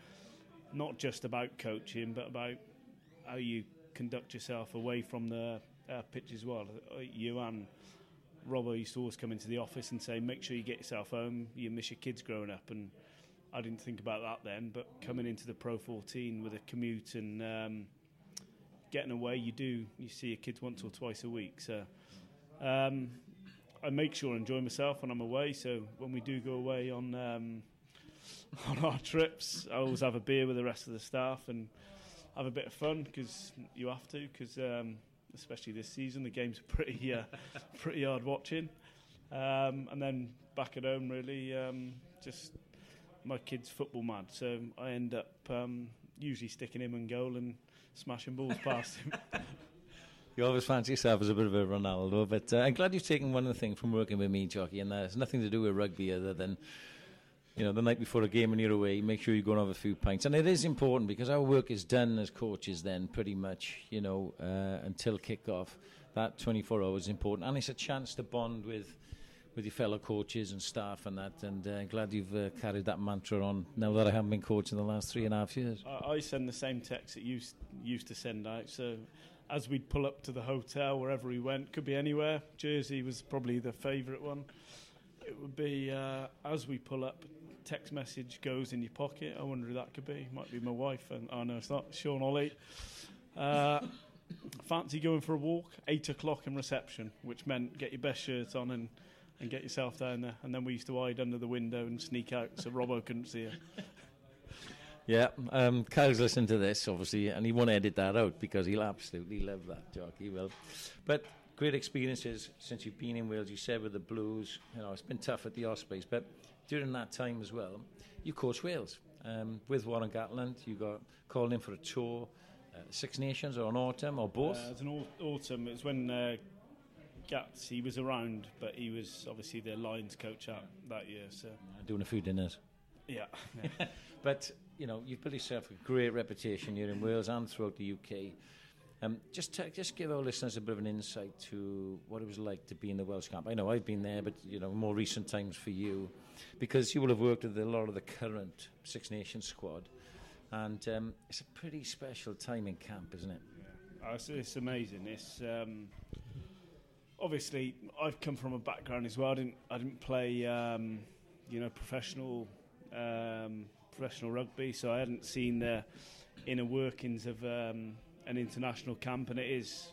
Speaker 5: not just about coaching, but about how you conduct yourself away from the uh, pitch as well. Uh, You and Robbo used to always come into the office and say, "Make sure you get yourself home. You miss your kids growing up." And I didn't think about that then, but coming into the Pro 14 with a commute and um, getting away, you do you see your kids once or twice a week. So um, I make sure I enjoy myself when I'm away. So when we do go away on um, on our trips, I always have a beer with the rest of the staff and have a bit of fun because you have to. Because um, especially this season, the games are pretty uh, pretty hard watching. Um, and then back at home, really, um, just my kid's football mad, so I end up um, usually sticking him in goal and smashing balls past him.
Speaker 3: You always fancy yourself as a bit of a Ronaldo, but uh, I'm glad you've taken one thing from working with me, Jockey, and that it's nothing to do with rugby other than, you know, the night before a game and you're away, make sure you go and have a few pints. And it is important because our work is done as coaches then pretty much, you know, uh, until kick-off. That 24 hours is important. And it's a chance to bond with with your fellow coaches and staff and that. And uh, glad you've uh, carried that mantra on now that I haven't been coaching the last three and a half years.
Speaker 5: I, I send the same text that you s- used to send out. So as we'd pull up to the hotel, wherever we went, could be anywhere. Jersey was probably the favourite one. It would be uh, as we pull up, text message goes in your pocket. I wonder who that could be. Might be my wife. And oh no, it's not. Sean Ollie. Uh, fancy going for a walk? Eight o'clock in reception, which meant get your best shirt on and. And get yourself down there. And then we used to hide under the window and sneak out so Robbo couldn't see us.
Speaker 3: Yeah, um, Kyle's listened to this, obviously, and he won't edit that out because he'll absolutely love that, Jock. He will. But great experiences since you've been in Wales. You said with the Blues, you know, it's been tough at the Ospreys, but during that time as well, you coached Wales um, with Warren Gatland. You got called in for a tour, uh, Six Nations or an autumn or both.
Speaker 5: Uh, it was an au- autumn. It was when uh, Gats he was around, but he was obviously their Lions coach out that year. So
Speaker 3: doing a few dinners.
Speaker 5: yeah,
Speaker 3: But you know, you've built yourself a great reputation here in Wales and throughout the UK. Um, just t- just give our listeners a bit of an insight to what it was like to be in the Welsh camp. I know I've been there, but you know, more recent times for you, because you will have worked with a lot of the current Six Nations squad, and um, it's a pretty special time in camp, isn't it?
Speaker 5: Uh, it's, it's amazing. It's um, obviously I've come from a background as well. I didn't I didn't play um, you know professional um, professional rugby, so I hadn't seen the inner workings of um, an international camp, and it is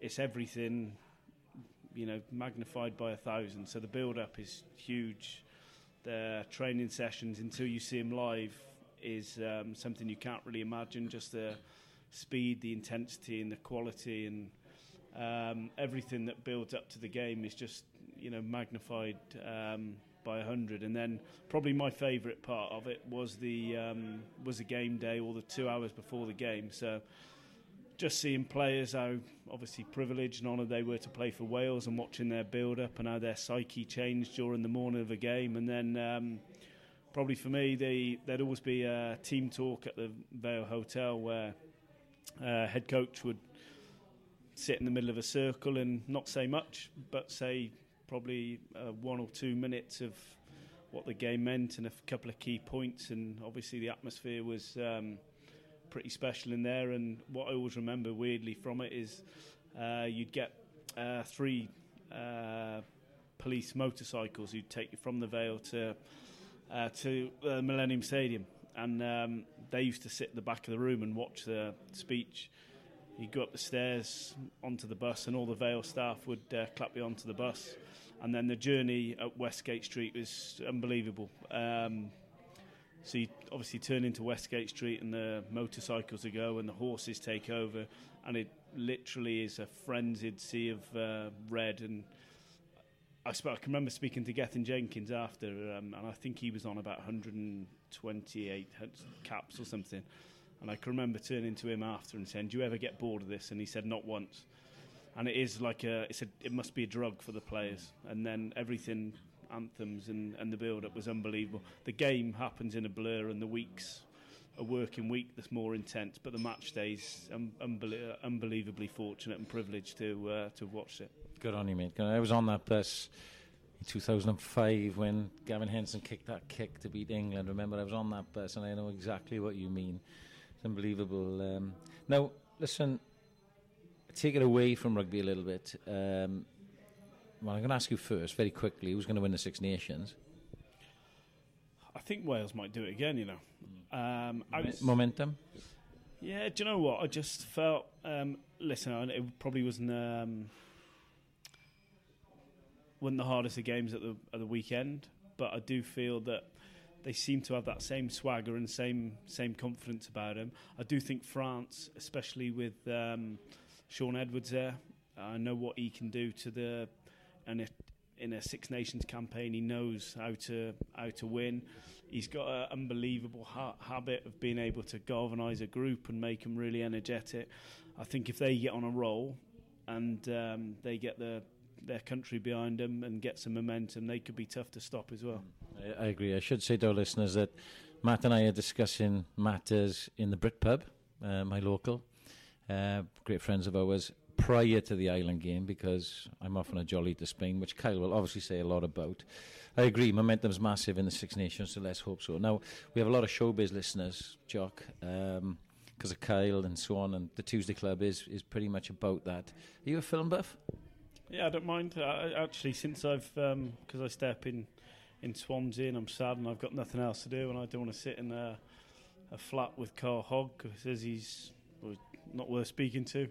Speaker 5: it's everything you know magnified by a thousand. So the build up is huge. The training sessions until you see them live is um, something you can't really imagine. Just the speed, the intensity, and the quality, and um, everything that builds up to the game is just you know magnified um, by a hundred. And then probably my favourite part of it was the um, was the game day or the two hours before the game. So just seeing players how obviously privileged and honoured they were to play for Wales and watching their build up and how their psyche changed during the morning of a game and then. Um, Probably for me, they, there'd always be a team talk at the Vale Hotel where uh, head coach would sit in the middle of a circle and not say much, but say probably uh, one or two minutes of what the game meant and a f- couple of key points. And obviously, the atmosphere was um, pretty special in there. And what I always remember weirdly from it is uh, you'd get uh, three uh, police motorcycles who'd take you from the Vale to uh, to uh, Millennium Stadium, and um, they used to sit at the back of the room and watch the speech. You go up the stairs onto the bus, and all the Vale staff would uh, clap you onto the bus. And then the journey up Westgate Street was unbelievable. Um, So you obviously turn into Westgate Street and the motorcycles go and the horses take over, and it literally is a frenzied sea of uh, red. And I, sp- I can remember speaking to Gethin Jenkins after, um, and I think he was on about 128 hun- caps or something. And I can remember turning to him after and saying, "Do you ever get bored of this?" And he said, "Not once." And it is like a, it's a, it must be a drug for the players. And then everything, anthems and, and the build-up was unbelievable. The game happens in a blur, and the weeks, a working week that's more intense. But the match days, um, unbel- unbelievably fortunate and privileged to uh, to have watched it.
Speaker 3: Good on you, mate. Good on- I was on that bus in 2005 when Gavin Henson kicked that kick to beat England. Remember, I was on that bus, and I know exactly what you mean. It's unbelievable. Um, now, listen, take it away from rugby a little bit. Um, well, I'm going to ask you first, very quickly, who's going to win the Six Nations?
Speaker 5: I think Wales might do it again. You know, um, I was-
Speaker 3: Momentum?
Speaker 5: Yeah, do you know what? I just felt. Um, listen, I- it probably wasn't um, wasn't the hardest of games at the at the weekend, but I do feel that they seem to have that same swagger and same same confidence about them. I do think France, especially with um, Sean Edwards there, I know what he can do to the and it, in a Six Nations campaign, he knows how to how to win. He's got an unbelievable ha- habit of being able to galvanise a group and make them really energetic. I think if they get on a roll and um, they get the, their country behind them and get some momentum, they could be tough to stop as well.
Speaker 3: I, I agree. I should say to our listeners that Matt and I are discussing matters in the Brit Pub, uh, my local. Uh, great friends of ours prior to the Island game because I'm off on a jolly to Spain, which Kyle will obviously say a lot about. I agree, momentum's massive in the Six Nations, so let's hope so. Now, we have a lot of showbiz listeners, Jock, because of Kyle and so on, and the Tuesday Club is, is pretty much about that. Are you a film buff?
Speaker 5: Yeah, I don't mind. I, I- actually, since I've because I stay up in in Swansea and I'm sad and I've got nothing else to do and I don't want to sit in a, a flat with Carl Hogg who says he's well, not worth speaking to.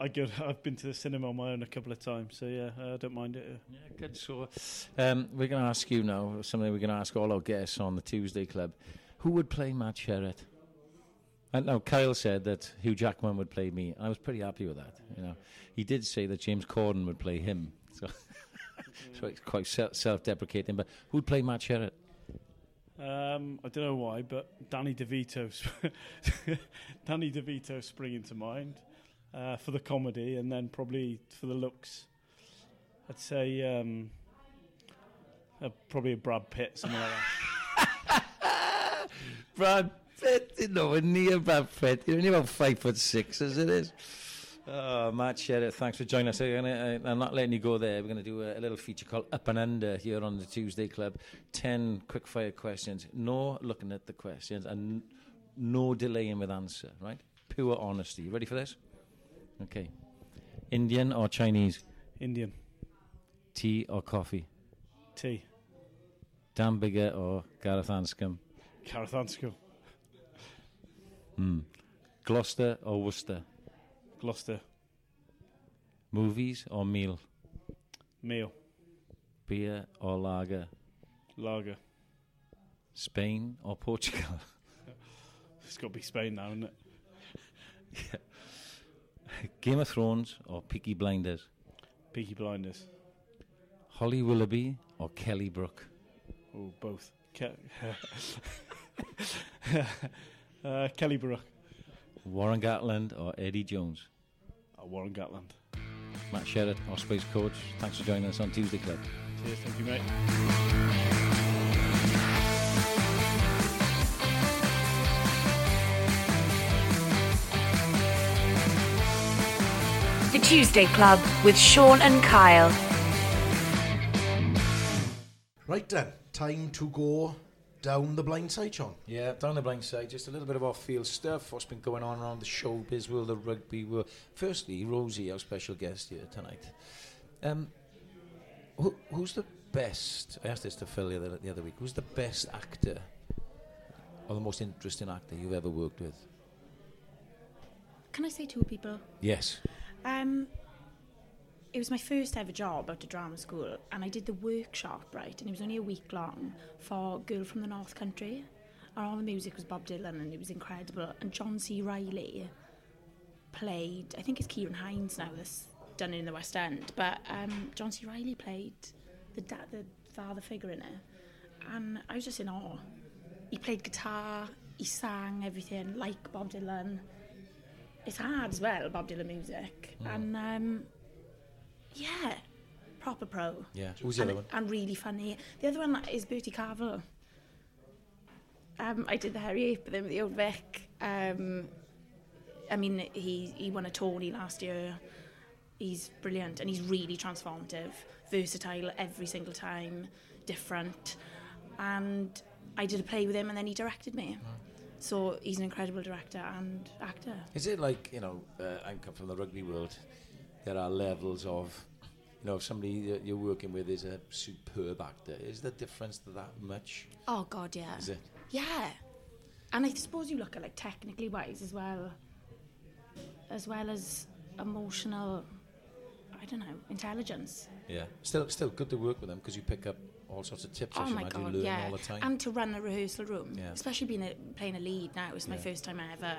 Speaker 5: I go. I've been to the cinema on my own a couple of times, so yeah, I don't mind it. uh,
Speaker 3: Yeah, good. So, um, we're going to ask you now something we're going to ask all our guests on the Tuesday Club. Who would play Matt Sherrett? And now Kyle said that Hugh Jackman would play me, and I was pretty happy with that. You know, he did say that James Corden would play him, so so it's quite se- self-deprecating. But who'd play Matt Sherrett?
Speaker 5: Um, I don't know why, but Danny DeVito, sp- Danny DeVito springing to mind uh, for the comedy, and then probably for the looks. I'd say um, uh, probably a Brad Pitt, something like that.
Speaker 3: Brad Pitt, you know, near Brad Pitt. You're only about five foot six as it is. Oh, Matt Sherritt, thanks for joining us. I'm, gonna, I- I'm not letting you go there. We're going to do a, a little feature called Up and Under here on the Tuesday Club. Ten quick fire questions. No looking at the questions and no delaying with answer, right? Pure honesty. You ready for this? Okay. Indian or Chinese?
Speaker 5: Indian
Speaker 3: Tea or coffee?
Speaker 5: tea,
Speaker 3: Dan Bigger or Gareth Anscombe?
Speaker 5: Carathansco,
Speaker 3: Hmm. Gloucester or Worcester?
Speaker 5: Gloucester,
Speaker 3: Movies or meal?
Speaker 5: meal,
Speaker 3: beer or lager,
Speaker 5: lager.
Speaker 3: Spain or Portugal,
Speaker 5: It's got to be Spain now, isn't it?
Speaker 3: Game of Thrones or Peaky Blinders,
Speaker 5: Peaky Blinders.
Speaker 3: Holly Willoughby or Kelly Brook.
Speaker 5: Oh, both. Ke- uh, Kelly Brook,
Speaker 3: Warren Gatland or Eddie Jones,
Speaker 5: uh, Warren Gatland.
Speaker 3: Matt Sherrett or Space Coach. Thanks for joining us on Tuesday Club.
Speaker 5: Cheers, thank you, mate.
Speaker 1: The Tuesday Club with Sean and Kyle.
Speaker 2: Right then, time to go down the blind side, Sean.
Speaker 3: Yeah, down the blind side, just a little bit of off-field stuff. What's been going on around the showbiz world of rugby world? Firstly, Rosie, our special guest here tonight. Um, who, who's the best? I asked this to Phil the other, the other week. Who's the best actor or the most interesting actor you've ever worked with?
Speaker 4: Can I say two people?
Speaker 3: Yes.
Speaker 4: Um, it was my first ever job at a drama school, and I did the workshop, right? And it was only a week long for Girl from the North Country. and all the music was Bob Dylan, and it was incredible. And John C. Riley played. I think it's Kieran Hines now that's done it in the West End, but um, John C. Riley played the da- the father figure in it, and I was just in awe. He played guitar, he sang everything like Bob Dylan. It's hard as well, Bob Dylan music,
Speaker 3: Hmm.
Speaker 4: and um, yeah, proper pro.
Speaker 3: Yeah. Who's the
Speaker 4: and,
Speaker 3: other one?
Speaker 4: and really funny. The other one is Bertie Carvel. Um, I did the Harry Ape with him, at the old Vic. Um, I mean, he he won a Tony last year. He's brilliant and he's really transformative, versatile every single time, different. And I did a play with him, and then he directed me.
Speaker 3: Hmm.
Speaker 4: So he's an incredible director and actor.
Speaker 3: Is it like you know? Uh, I come from the rugby world. There are levels of, you know, if somebody that you're working with is a superb actor. Is the difference that much?
Speaker 4: Oh God, yeah.
Speaker 3: Is it?
Speaker 4: Yeah, and I suppose you look at like technically wise as well, as well as emotional. I don't know intelligence.
Speaker 3: Yeah. Still, still good to work with them because you pick up all sorts of tips. I
Speaker 4: oh
Speaker 3: should
Speaker 4: my
Speaker 3: imagine
Speaker 4: God,
Speaker 3: you learn
Speaker 4: yeah.
Speaker 3: all the time.
Speaker 4: And to run a rehearsal room,
Speaker 3: Yeah.
Speaker 4: especially being a, playing a lead now. It's my
Speaker 3: Yeah.
Speaker 4: first time ever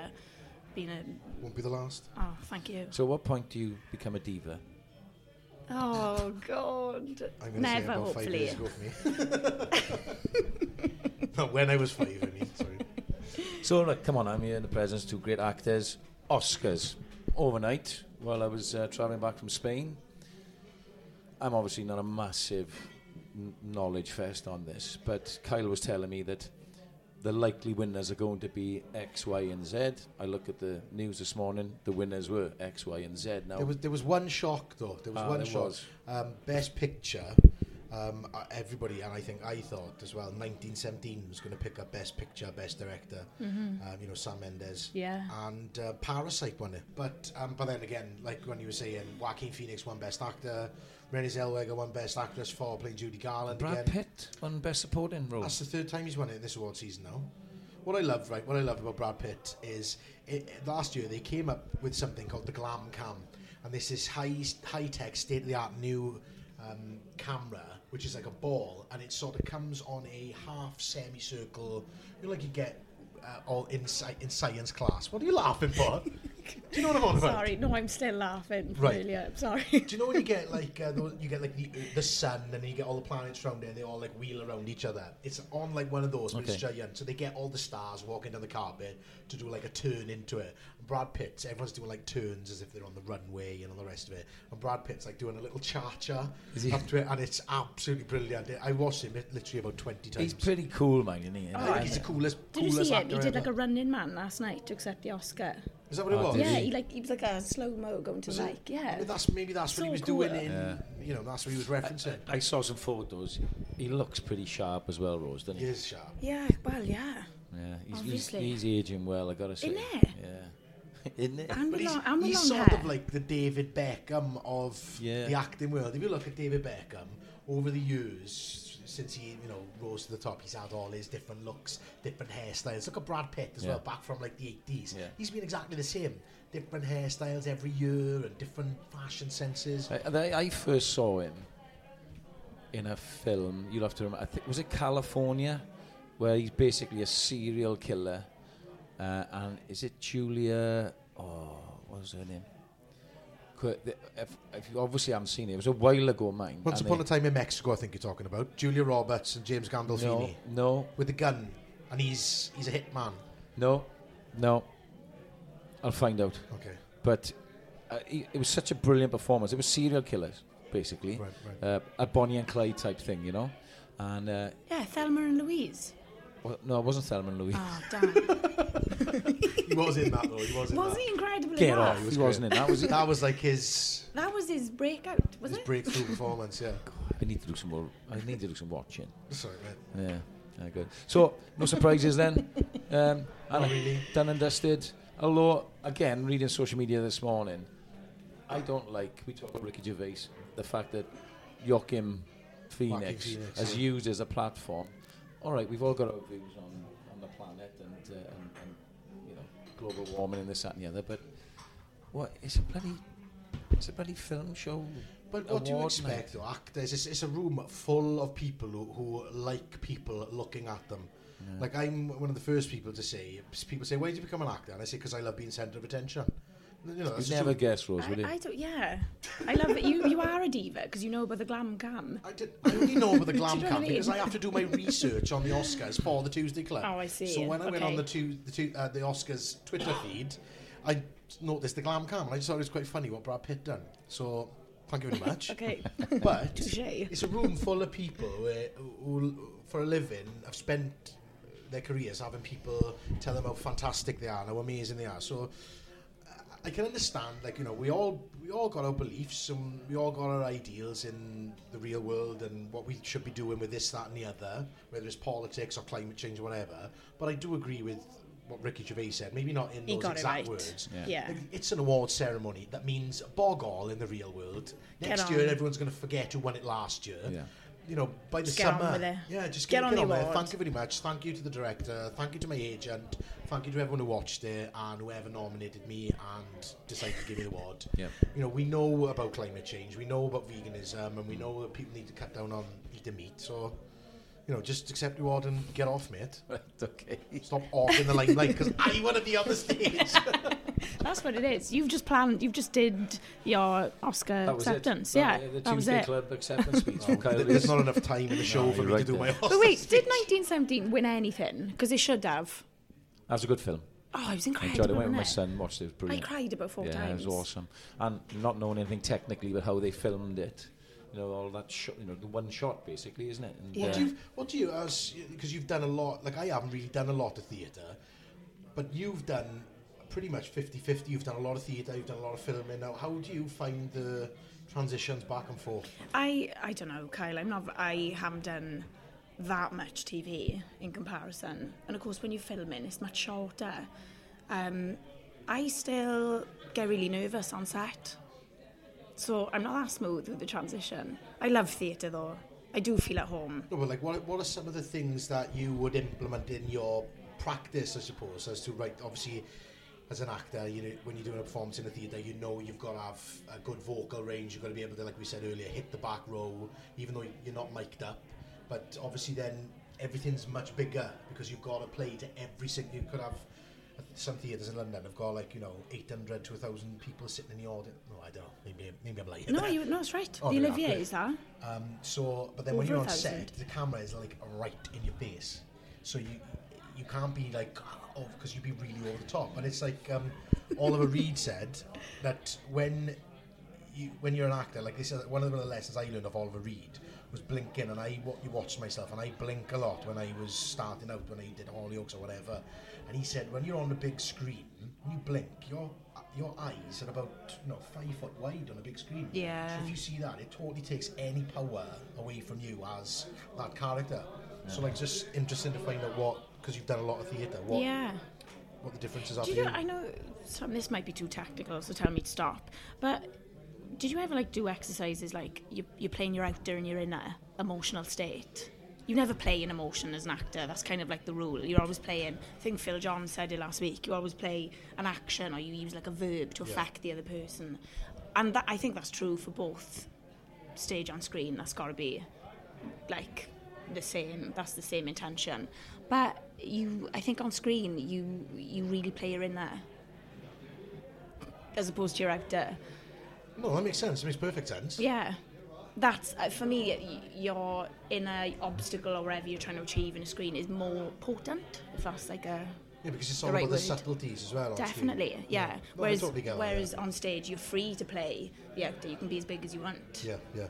Speaker 4: being a.
Speaker 2: Won't be the last.
Speaker 4: Oh, thank you.
Speaker 3: so, at what point do you become a diva?
Speaker 4: Oh God,
Speaker 2: I'm going to say
Speaker 4: never.
Speaker 2: about five
Speaker 4: Hopefully,
Speaker 2: years ago for me. Not when I was five, I mean, sorry.
Speaker 3: So, look, come on, I'm here in the presence of two great actors. Oscars. Overnight, while I was uh, travelling back from Spain, I'm obviously not a massive n- knowledge fest on this, but Kyle was telling me that the likely winners are going to be X, Y, and Z. I look at the news this morning, the winners were X, Y, and Z. Now,
Speaker 2: There was there was one shock though. There was
Speaker 3: Ah,
Speaker 2: one
Speaker 3: there
Speaker 2: shock.
Speaker 3: was.
Speaker 2: Um, best picture. Um, uh, everybody and I think I thought as well. 1917 was going to pick up best picture, best director. Um, you know Sam Mendes.
Speaker 4: Yeah.
Speaker 2: And uh, Parasite won it, but um, but then again, like when you were saying, Joaquin Phoenix won best actor, Renée Zellweger won best actress for playing Judy Garland.
Speaker 3: Brad
Speaker 2: again.
Speaker 3: Pitt won Best Supporting Role.
Speaker 2: That's the third time he's won it in this award season now. What I love, right? What I love about Brad Pitt is it, last year they came up with something called the Glam Cam, and this is high high tech, state of the art new um, camera, which is like a ball, and it sort of comes on a half semicircle, you know, like you get uh, all in, sci- in science class. What are you laughing for? Do you know what I'm on about?
Speaker 4: sorry. No, I'm still laughing.
Speaker 2: Right.
Speaker 4: Really, I'm sorry.
Speaker 2: Do you know when you get like uh, those, you get like the, the sun and then you get all the planets around it and they all like wheel around each other? It's on like one of those, but it's
Speaker 3: Okay.
Speaker 2: giant. So they get all the stars walking down the carpet to do like a turn into it. And Brad Pitt's everyone's doing like turns as if they're on the runway and all the rest of it. And Brad Pitt's like doing a little cha cha
Speaker 3: Is he-
Speaker 2: up to it, and it's absolutely brilliant. I watched him literally about twenty times.
Speaker 3: He's pretty cool, man, isn't he?
Speaker 2: Oh, I think he's the coolest.
Speaker 4: Did you
Speaker 2: coolest
Speaker 4: see it?
Speaker 2: actor
Speaker 4: He did
Speaker 2: ever.
Speaker 4: like a running man last night to accept the Oscar.
Speaker 2: Is that what it
Speaker 3: Oh,
Speaker 2: was?
Speaker 3: did
Speaker 4: Yeah,
Speaker 3: he?
Speaker 4: he like he was like a slow mo going to
Speaker 2: Was it?
Speaker 4: like yeah.
Speaker 2: Maybe that's maybe that's what
Speaker 4: So
Speaker 2: he was
Speaker 4: cool.
Speaker 2: doing in you know that's what he was referencing.
Speaker 3: I saw some photos. He looks pretty sharp as well, Rose, doesn't he?
Speaker 2: He is sharp.
Speaker 4: Yeah, well, yeah.
Speaker 3: Yeah, he's, he's,
Speaker 4: Obviously.
Speaker 3: he's aging well, i got to say.
Speaker 4: Innit?
Speaker 3: Yeah. Isn't it?
Speaker 4: And
Speaker 2: But
Speaker 4: with
Speaker 2: he's,
Speaker 4: long, and with
Speaker 2: he's
Speaker 4: long
Speaker 2: sort
Speaker 4: hair.
Speaker 2: of like the David Beckham of
Speaker 3: Yeah.
Speaker 2: the acting world. If you look at David Beckham over the years, since he you know rose to the top, he's had all his different looks, different hairstyles. Look at Brad Pitt as
Speaker 3: Yeah.
Speaker 2: well, back from like the eighties.
Speaker 3: Yeah.
Speaker 2: He's been exactly the same, different hairstyles every year and different fashion senses.
Speaker 3: I, I- I first saw him in a film. You'll have to remember. I think was it California, where he's basically a serial killer, uh, and is it Julia? Oh, what was her name? Qu- the- If, if you obviously haven't seen it, it was a while ago, mine.
Speaker 2: Once
Speaker 3: and
Speaker 2: upon
Speaker 3: they-
Speaker 2: a time in Mexico, I think you're talking about Julia Roberts and James Gandolfini
Speaker 3: no, no,
Speaker 2: with the gun, and he's he's a hitman.
Speaker 3: no, no. I'll find out.
Speaker 2: Okay,
Speaker 3: But uh, he- it was such a brilliant performance. It was serial killers, basically,
Speaker 2: right, right.
Speaker 3: uh, a Bonnie and Clyde type thing, you know. And uh,
Speaker 4: Yeah, Thelma and Louise.
Speaker 3: Well, no, it wasn't Thelma and Louise.
Speaker 2: Ah.
Speaker 4: Oh, damn.
Speaker 2: he was in that though. He was in
Speaker 4: was
Speaker 2: that.
Speaker 4: he incredible
Speaker 3: Get off.
Speaker 4: enough?
Speaker 2: He
Speaker 3: He,
Speaker 2: was
Speaker 3: was not in that, was it?
Speaker 2: That was like his
Speaker 4: That was his breakout, was
Speaker 2: his
Speaker 4: it?
Speaker 2: breakthrough performance. Yeah.
Speaker 3: I need to do some more. I need to do some watching.
Speaker 2: Sorry, mate.
Speaker 3: Yeah, yeah, good. So, no surprises then. Um, and
Speaker 2: really.
Speaker 3: Done and dusted. Although, again, reading social media this morning, I don't like, we talk about Ricky Gervais, the fact that Joachim Phoenix,
Speaker 2: Phoenix,
Speaker 3: has
Speaker 2: yeah.
Speaker 3: used as a platform. All right, we've all got our views on, on the planet and, uh, and, and, you know, global warming and this, that and the other, but what, it's a bloody, it's a bloody film show.
Speaker 2: But what do you
Speaker 3: award
Speaker 2: Ah, expect, though? Actors, it's, it's a room full of people who, who like people looking at them. Like I'm one of the first people to say people say, "Why did you become an actor?" And I say, "Because I love being centre of attention." You know, that's
Speaker 3: You'd
Speaker 2: just
Speaker 3: never
Speaker 2: a-
Speaker 3: guess, Rose, would
Speaker 4: I,
Speaker 3: you?
Speaker 4: I don't, yeah. I love it. You, you are a diva because you know about the glam cam.
Speaker 2: I, did, I only know about the glam
Speaker 4: Do you know what
Speaker 2: camp
Speaker 4: I mean?
Speaker 2: because I have to do my research on the Oscars for the Tuesday Club.
Speaker 4: Oh, I see.
Speaker 2: So when I went on
Speaker 4: Okay.
Speaker 2: the two, the, two, uh, the Oscars Twitter feed, I noticed the glam cam, and I just thought it was quite funny what Brad Pitt done. So thank you very much.
Speaker 4: Okay.
Speaker 2: But
Speaker 4: Touché.
Speaker 2: it's a room full of people where, who, for a living, have spent their careers having people tell them how fantastic they are and how amazing they are. So I- I can understand, like you know, we all we all got our beliefs and we all got our ideals in the real world and what we should be doing with this, that, and the other, whether it's politics or climate change or whatever. But I do agree with what Ricky Gervais said. Maybe not in
Speaker 4: He
Speaker 2: those
Speaker 4: got it
Speaker 2: exact
Speaker 4: right.
Speaker 2: words.
Speaker 4: Yeah. Yeah.
Speaker 2: Like, It's an award ceremony that means bog all in the real world.
Speaker 4: Get
Speaker 2: Next
Speaker 4: on.
Speaker 2: year, everyone's going to forget who won it last year.
Speaker 3: Yeah.
Speaker 2: You know, by the
Speaker 4: Just get
Speaker 2: summer.
Speaker 4: on with it.
Speaker 2: Yeah, just
Speaker 4: Get
Speaker 2: get,
Speaker 4: on
Speaker 2: get
Speaker 4: the
Speaker 2: on, there.
Speaker 4: award.
Speaker 2: Thank you very much. Thank you to the director. Thank you to my agent. Thank you to everyone who watched it and whoever nominated me and decided to give me the award.
Speaker 3: Yeah.
Speaker 2: You know, we know about climate change. We know about veganism, and we know that people need to cut down on eating meat. So, you know, just accept the award and get off, mate.
Speaker 3: Right, okay.
Speaker 2: Stop off in the limelight because I want to be on the stage.
Speaker 4: That's what it is. You've just planned, you've just did your Oscar
Speaker 3: That was it.
Speaker 4: acceptance.
Speaker 3: That-
Speaker 4: Yeah.
Speaker 3: uh, The
Speaker 4: that was
Speaker 3: Tuesday
Speaker 4: it.
Speaker 3: Club acceptance speech from Kyle
Speaker 2: There's
Speaker 3: Reese.
Speaker 2: not enough time in the show
Speaker 3: No,
Speaker 2: for
Speaker 3: you're
Speaker 2: me to
Speaker 3: right
Speaker 2: do
Speaker 3: there.
Speaker 2: my Oscar
Speaker 4: But wait,
Speaker 2: speech.
Speaker 4: did 1917 win anything? Because it should have.
Speaker 3: That was a good film.
Speaker 4: Oh, it was
Speaker 3: I
Speaker 4: incredible.
Speaker 3: enjoyed it. went
Speaker 4: wasn't
Speaker 3: with my
Speaker 4: it?
Speaker 3: son, watched it. It was
Speaker 4: I
Speaker 3: brilliant.
Speaker 4: cried about four
Speaker 3: yeah,
Speaker 4: times.
Speaker 3: it was awesome. And not knowing anything technically about how they filmed it, you know, all that shot, you know, the one shot basically, isn't it? And,
Speaker 4: Yeah.
Speaker 3: uh,
Speaker 2: You've, what do you, as because you've done a lot, like I haven't really done a lot of theatre, but you've done pretty much 50 50. You've done a lot of theatre, you've done a lot of filming. Now, how do you find the transitions back and forth?
Speaker 4: I I don't know, Kyle. I'm not. I haven't done that much TV in comparison, and of course, when you're filming, it's much shorter. Um, I still get really nervous on set, so I'm not that smooth with the transition. I love theatre though. I do feel at home.
Speaker 2: No, but like, what, what are some of the things that you would implement in your practice, I suppose, as to, right, obviously, as an actor, you know, when you're doing a performance in a theatre, you know you've got to have a good vocal range, you've got to be able to, like we said earlier, hit the back row, even though you're not mic'd up. But obviously, then everything's much bigger because you've got to play to every single. You could have uh, some theatres in London have got like, you know, 800 to 1,000 people sitting in the audience. No, I don't know. Maybe, maybe I'm lying.
Speaker 4: No, you, no, it's right.
Speaker 2: Oh,
Speaker 4: the
Speaker 2: yeah,
Speaker 4: Olivier
Speaker 2: good.
Speaker 4: is that?
Speaker 2: Um, so, but then when
Speaker 4: Over
Speaker 2: you're
Speaker 4: a
Speaker 2: on
Speaker 4: thousand.
Speaker 2: set, the camera is like right in your face, so you you can't be like oh because you'd be really over the top. And it's like um, Oliver Reed said that when you when you're an actor, like this is one of the lessons I learned of Oliver Reed was blinking, and I wa- you watched myself, and I blink a lot when I was starting out when I did Hollyoaks or whatever. And he said when you're on the big screen, when you blink, your your eyes are about you know five foot wide on a big screen.
Speaker 4: Yeah.
Speaker 2: So if you see that, it totally takes any power away from you as that character. So like, just interesting to find out what because you've done a lot of theatre, what
Speaker 4: Yeah.
Speaker 2: what the differences are.
Speaker 4: Do
Speaker 2: for
Speaker 4: you know? I know some, this might be too tactical, so tell me to stop. But did you ever like do exercises like you, you're playing your outer and your inner emotional state? You never play an emotion as an actor. That's kind of like the rule. You're always playing. I think Phil John said it last week. You always play an action or you use like a verb to affect the other person, and that, I think that's true for both stage on screen. That's got to be like the same that's the same intention but you i think on screen you you really play your in there as opposed to your actor
Speaker 2: No, that makes sense. It makes perfect sense.
Speaker 4: yeah that's uh, for me y- your inner obstacle or whatever you're trying to achieve in a screen is more potent if that's like a
Speaker 2: Yeah, because it's all
Speaker 4: The right
Speaker 2: about the
Speaker 4: word.
Speaker 2: subtleties as well. on screen.
Speaker 4: definitely yeah,
Speaker 2: No, I
Speaker 4: whereas
Speaker 2: totally get that,
Speaker 4: whereas on stage you're free to play the actor you can be as big as you want
Speaker 2: yeah, yeah,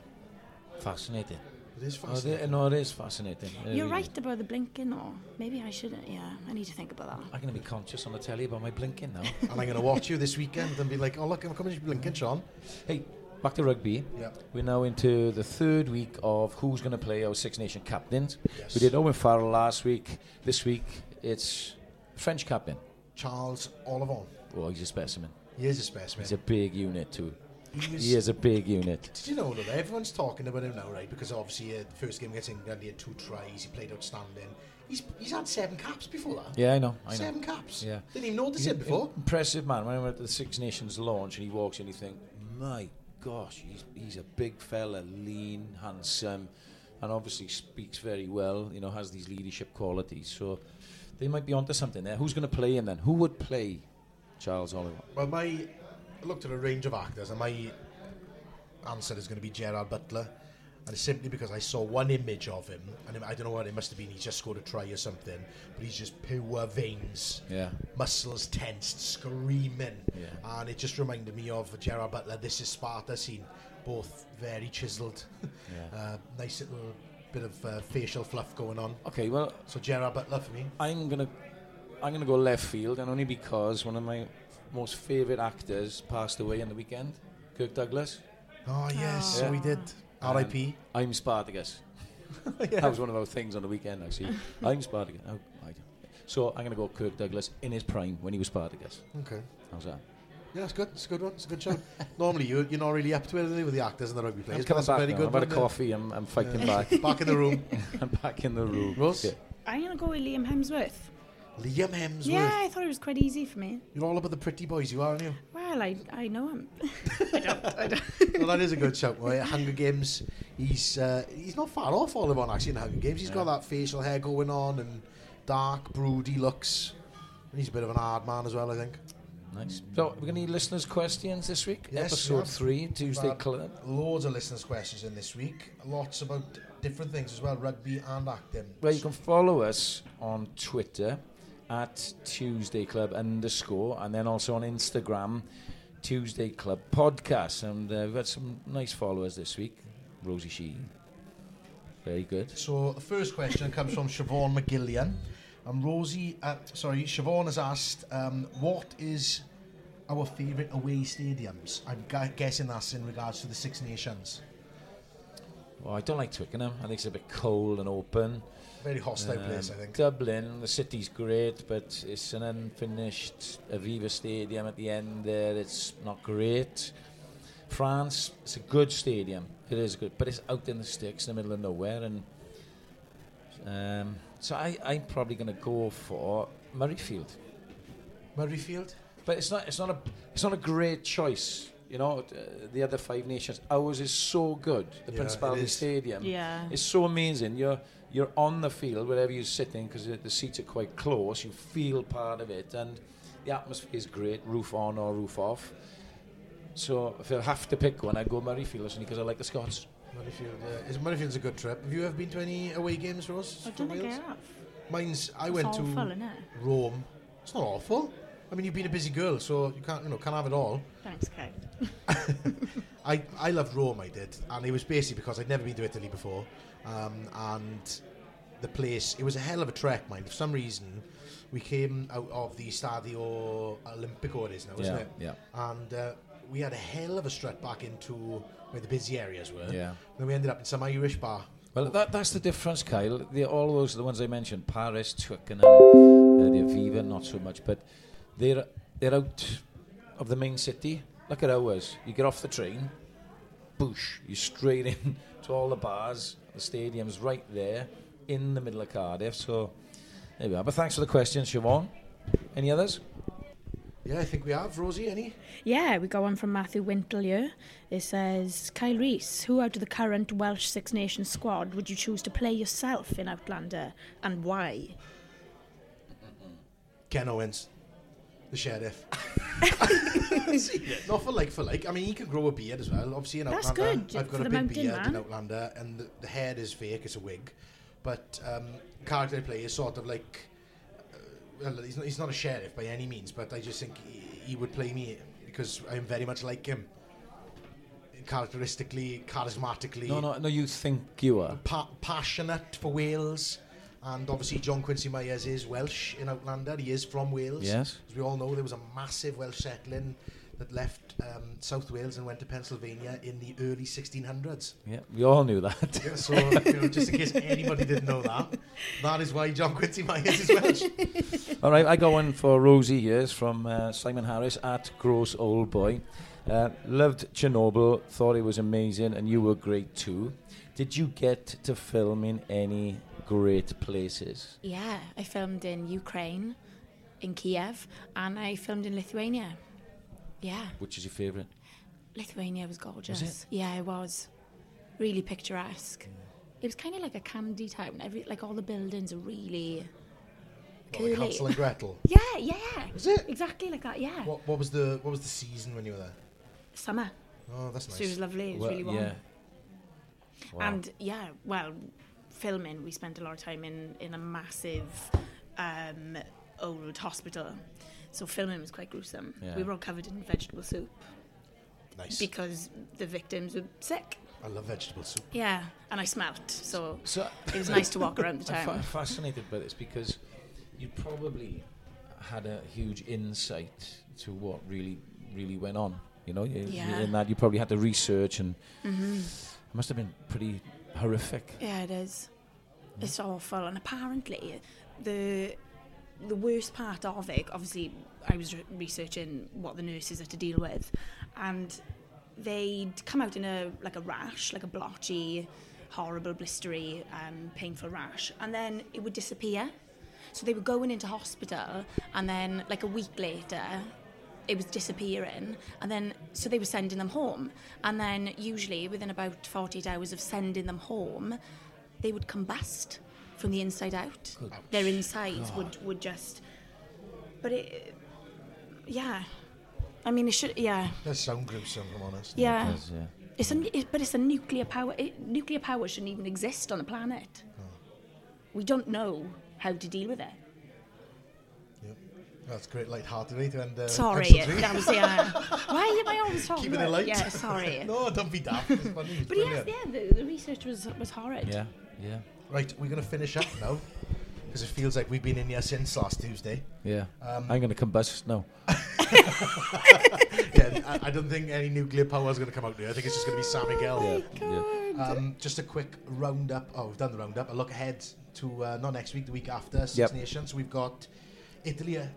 Speaker 3: fascinating.
Speaker 2: yeah. It is
Speaker 3: Oh,
Speaker 2: fascinating.
Speaker 3: the, no, it is fascinating. It
Speaker 4: you're
Speaker 3: really
Speaker 4: right about the blinking or maybe i shouldn't yeah i need to think about that
Speaker 3: I'm going to be conscious on the telly about my blinking now.
Speaker 2: and I'm going to watch you this weekend and be like, oh look, I'm coming to blinking, Sean.
Speaker 3: hey, back to rugby.
Speaker 2: Yeah.
Speaker 3: We're now into the third week of who's going to play our Six Nation captains.
Speaker 2: Yes.
Speaker 3: We did Owen Farrell last week. This week, it's French captain.
Speaker 2: Charles Olivon.
Speaker 3: Well, he's a specimen.
Speaker 2: He is a specimen.
Speaker 3: He's a big unit too.
Speaker 2: He was-
Speaker 3: He is a big unit.
Speaker 2: Did you know that everyone's talking about him now, right? Because obviously, uh, the first game against England, he had two tries, he played outstanding. He's he's had seven caps before that.
Speaker 3: Yeah, I know. I know.
Speaker 2: Seven caps.
Speaker 3: Yeah.
Speaker 2: Didn't even notice
Speaker 3: He's
Speaker 2: it
Speaker 3: an
Speaker 2: before.
Speaker 3: Impressive man. When I went to the Six Nations launch and he walks in, you think, my gosh, he's, he's a big fella, lean, handsome, and obviously speaks very well, you know, has these leadership qualities. So they might be onto something there. Who's going to play him then? Who would play Charles Oliver?
Speaker 2: Well, my I looked at a range of actors, and my answer is going to be Gerard Butler, and it's simply because I saw one image of him, and I don't know what it must have been. He just scored a try or something, but he's just pure veins,
Speaker 3: Yeah.
Speaker 2: muscles tensed, screaming,
Speaker 3: Yeah.
Speaker 2: and it just reminded me of Gerard Butler. This is Sparta scene, both very chiselled,
Speaker 3: Yeah.
Speaker 2: uh, nice little bit of uh, facial fluff going on.
Speaker 3: Okay, well,
Speaker 2: So Gerard Butler for me.
Speaker 3: I'm gonna I'm gonna go left field, and only because one of my most favourite actors passed away on the weekend, Kirk Douglas.
Speaker 2: Oh yes,
Speaker 3: Yeah.
Speaker 2: so he did. R.I.P.
Speaker 3: I'm Spartacus. That was one of our things on the weekend, actually. I'm Spartacus. Oh, I don't- So I'm going to go Kirk Douglas in his prime when he was Spartacus.
Speaker 2: Okay.
Speaker 3: How's that?
Speaker 2: Yeah, it's good. It's a good one. It's a good show. Normally, you, you're not really up to it are you, with the actors and the rugby players.
Speaker 3: I'm
Speaker 2: but
Speaker 3: coming
Speaker 2: that's a
Speaker 3: back
Speaker 2: very
Speaker 3: now.
Speaker 2: good
Speaker 3: I've had a
Speaker 2: one,
Speaker 3: coffee. I'm, I'm fighting back.
Speaker 2: yeah. Back in the room.
Speaker 3: I'm back in the room.
Speaker 2: Ross?
Speaker 3: Yeah.
Speaker 4: I'm going to go with Liam Hemsworth.
Speaker 2: Liam Hemsworth.
Speaker 4: Yeah, I thought it was quite easy for me.
Speaker 2: You're all about the pretty boys, you are, aren't you?
Speaker 4: Well, I, I know him.
Speaker 2: Well, that is a good shout. Right? Hunger Games. He's uh, he's not far off Oliver on actually in Hunger Games. He's got that facial hair going on and dark, broody looks. And he's a bit of an hard man as well, I think.
Speaker 3: Nice. So we're going to need listeners' questions this week.
Speaker 2: Yes,
Speaker 3: Episode
Speaker 2: yeah.
Speaker 3: 3, Tuesday
Speaker 2: Uh,
Speaker 3: Club.
Speaker 2: Loads of listeners' questions in this week. Lots about different things as well, rugby and acting.
Speaker 3: Well, you can follow us on Twitter at Tuesday Club underscore, and then also on Instagram, Tuesday Club Podcast. And uh, we've had some nice followers this week. Rosie Sheehan. Very good.
Speaker 2: So the first question comes from Siobhan McGillian. And Rosie, uh, sorry, Siobhan has asked, um, what is our favourite away stadiums? I'm gu- guessing that's in regards to the Six Nations.
Speaker 3: Well, Oh, I don't like Twickenham. I think it's a bit cold and open.
Speaker 2: Very hostile
Speaker 3: Um,
Speaker 2: place, I think.
Speaker 3: Dublin, the city's great, but it's an unfinished Aviva Stadium at the end there. It's not great. France, it's a good stadium. It is good, but it's out in the sticks in the middle of nowhere. And um, so I, I'm probably going to go for Murrayfield,
Speaker 2: Murrayfield?
Speaker 3: but it's not. It's not a. It's not a great choice. You know, uh, the other Five Nations. Ours is so good. The
Speaker 2: Yeah, it
Speaker 3: Principality
Speaker 2: is.
Speaker 3: Stadium.
Speaker 4: Yeah.
Speaker 3: It's so amazing. You're you're on the field wherever you're sitting because the, the seats are quite close. You feel part of it, and the atmosphere is great, roof on or roof off. So if I have to pick one, I go Murrayfield only because I like the Scots.
Speaker 2: Murrayfield, uh, is Murrayfield's a good trip. Have you ever been to any away games, Rose?
Speaker 4: I
Speaker 2: from
Speaker 4: don't think I
Speaker 2: Wales?
Speaker 4: have.
Speaker 2: Mine's, I
Speaker 4: It's
Speaker 2: went
Speaker 4: awful,
Speaker 2: to
Speaker 4: innit?
Speaker 2: Rome. It's not awful. I mean, you've been a busy girl, so you can't, you know, can't have it all.
Speaker 4: Thanks, Kate.
Speaker 2: I, I loved Rome, I did, and it was basically because I'd never been to Italy before, um, and the place it was a hell of a trek, mind. For some reason, we came out of the Stadio Olimpico, it is now, isn't
Speaker 3: Yeah,
Speaker 2: it?
Speaker 3: yeah.
Speaker 2: And uh, we had a hell of a strut back into where the busy areas were.
Speaker 3: Yeah.
Speaker 2: Then we ended up in some Irish bar.
Speaker 3: Well, that, that's the difference, Kyle. The, all those the ones I mentioned: Paris, Twickenham, uh, the Aviva, not so much, but they're they're out of the main city. Look at ours. You get off the train, boosh, you're straight in to all the bars. The stadium's right there in the middle of Cardiff. So there we are. But thanks for the question, Siobhan. Any others?
Speaker 2: Yeah, I think we have Rosie. Any?
Speaker 4: Yeah, we got one from Matthew Wintlyer. It says, Kyle Reese, who out of the current Welsh Six Nations squad would you choose to play yourself in Outlander and why?
Speaker 2: Ken Owens, the sheriff. Not for like for like. I mean, he can grow a beard as well. Obviously, in
Speaker 4: That's
Speaker 2: Outlander,
Speaker 4: good
Speaker 2: I've got
Speaker 4: for
Speaker 2: a
Speaker 4: the
Speaker 2: big
Speaker 4: mountain
Speaker 2: beard in
Speaker 4: man.
Speaker 2: Outlander, and the, the hair is fake. It's a wig, but um, character I play is sort of like. Uh, well, he's not, he's not a sheriff by any means, but I just think he, he would play me because I am very much like him, characteristically, charismatically,
Speaker 3: No, no, no. You think you are?
Speaker 2: pa- passionate for Wales. And obviously, John Quincy Myers is Welsh in Outlander. He is from Wales.
Speaker 3: Yes.
Speaker 2: As we all know, there was a massive Welsh settling that left um, South Wales and went to Pennsylvania in the early 1600s.
Speaker 3: Yeah, we all knew that.
Speaker 2: Yeah, so, you know, just in case anybody didn't know that, that is why John Quincy Myers is Welsh.
Speaker 3: All right, I got one for Rosie Years from uh, Simon Harris at Gross Old Boy. Uh, loved Chernobyl, thought it was amazing, and you were great too. Did you get to film in any great places?
Speaker 4: Yeah, I filmed in Ukraine, in Kiev, and I filmed in Lithuania. Yeah,
Speaker 3: Which is your favourite?
Speaker 4: Lithuania was gorgeous.
Speaker 3: it?
Speaker 4: Yeah, it was. Really picturesque. It was kind of like a candy town. Every like all the buildings are really
Speaker 2: Well, like
Speaker 4: Curly.
Speaker 2: Hansel and Gretel.
Speaker 4: yeah, yeah.
Speaker 2: Was it?
Speaker 4: exactly like that? Yeah,
Speaker 2: What, what was the what was the season when you were there?
Speaker 4: summer.
Speaker 2: Oh, that's
Speaker 4: So it was
Speaker 2: nice.
Speaker 4: lovely. It was
Speaker 3: Well,
Speaker 4: really warm.
Speaker 3: Yeah. Wow.
Speaker 4: And yeah, well, filming, we spent a lot of time in, in a massive um, old hospital. So filming was quite gruesome.
Speaker 3: Yeah.
Speaker 4: We were all covered in vegetable soup
Speaker 2: Nice.
Speaker 4: because the victims were sick.
Speaker 2: I love vegetable soup.
Speaker 4: Yeah, and I smelt, so
Speaker 3: so
Speaker 4: it was nice to walk around the
Speaker 3: I'm fa-
Speaker 4: town.
Speaker 3: fascinated by this because you probably had a huge insight to what really, really went on. You know, you- you-
Speaker 4: Yeah.
Speaker 3: in that you probably had to research and
Speaker 4: mm-hmm.
Speaker 3: it must have been pretty horrific.
Speaker 4: Yeah, it is. It's awful, and apparently, the the worst part of it. Obviously, I was re- researching what the nurses had to deal with, and they'd come out in a like a rash, like a blotchy, horrible, blistery, um, painful rash, and then it would disappear. So they were going into hospital, and then like a week later, it was disappearing, and then so they were sending them home, and then usually within about 48 hours of sending them home, they would combust from the inside out. Their insides would would just, but it, yeah, I mean it should yeah
Speaker 2: That sound gruesome, if I'm honest.
Speaker 4: yeah.
Speaker 3: Because, yeah.
Speaker 4: It's a, it, but it's a nuclear power. It, nuclear power shouldn't even exist on the planet.
Speaker 2: Oh.
Speaker 4: We don't know how to deal with it.
Speaker 2: Yep. That's great light-hearted uh, way to end the
Speaker 4: Sorry,
Speaker 2: episode three.
Speaker 4: that was yeah. Why am I always talking?
Speaker 2: Keeping it
Speaker 4: about-
Speaker 2: light.
Speaker 4: Oh, Yeah, sorry.
Speaker 2: no, don't be daft. It's funny. It's
Speaker 4: But yes,
Speaker 2: brilliant.
Speaker 4: yeah, the, the research was was horrid.
Speaker 3: yeah, yeah,
Speaker 2: Right, we're going to finish up now because it feels like we've been in here since last Tuesday.
Speaker 3: yeah. I'm going to combust now.
Speaker 2: Yeah, I, I don't think any nuclear power is going to come out there. I think it's just going to be Sam Miguel.
Speaker 3: Yeah.
Speaker 2: Um, just a quick roundup. Oh, we've done the roundup. A look ahead to uh, not next week, the week after Six
Speaker 3: Yep.
Speaker 2: Nations. We've got Italy at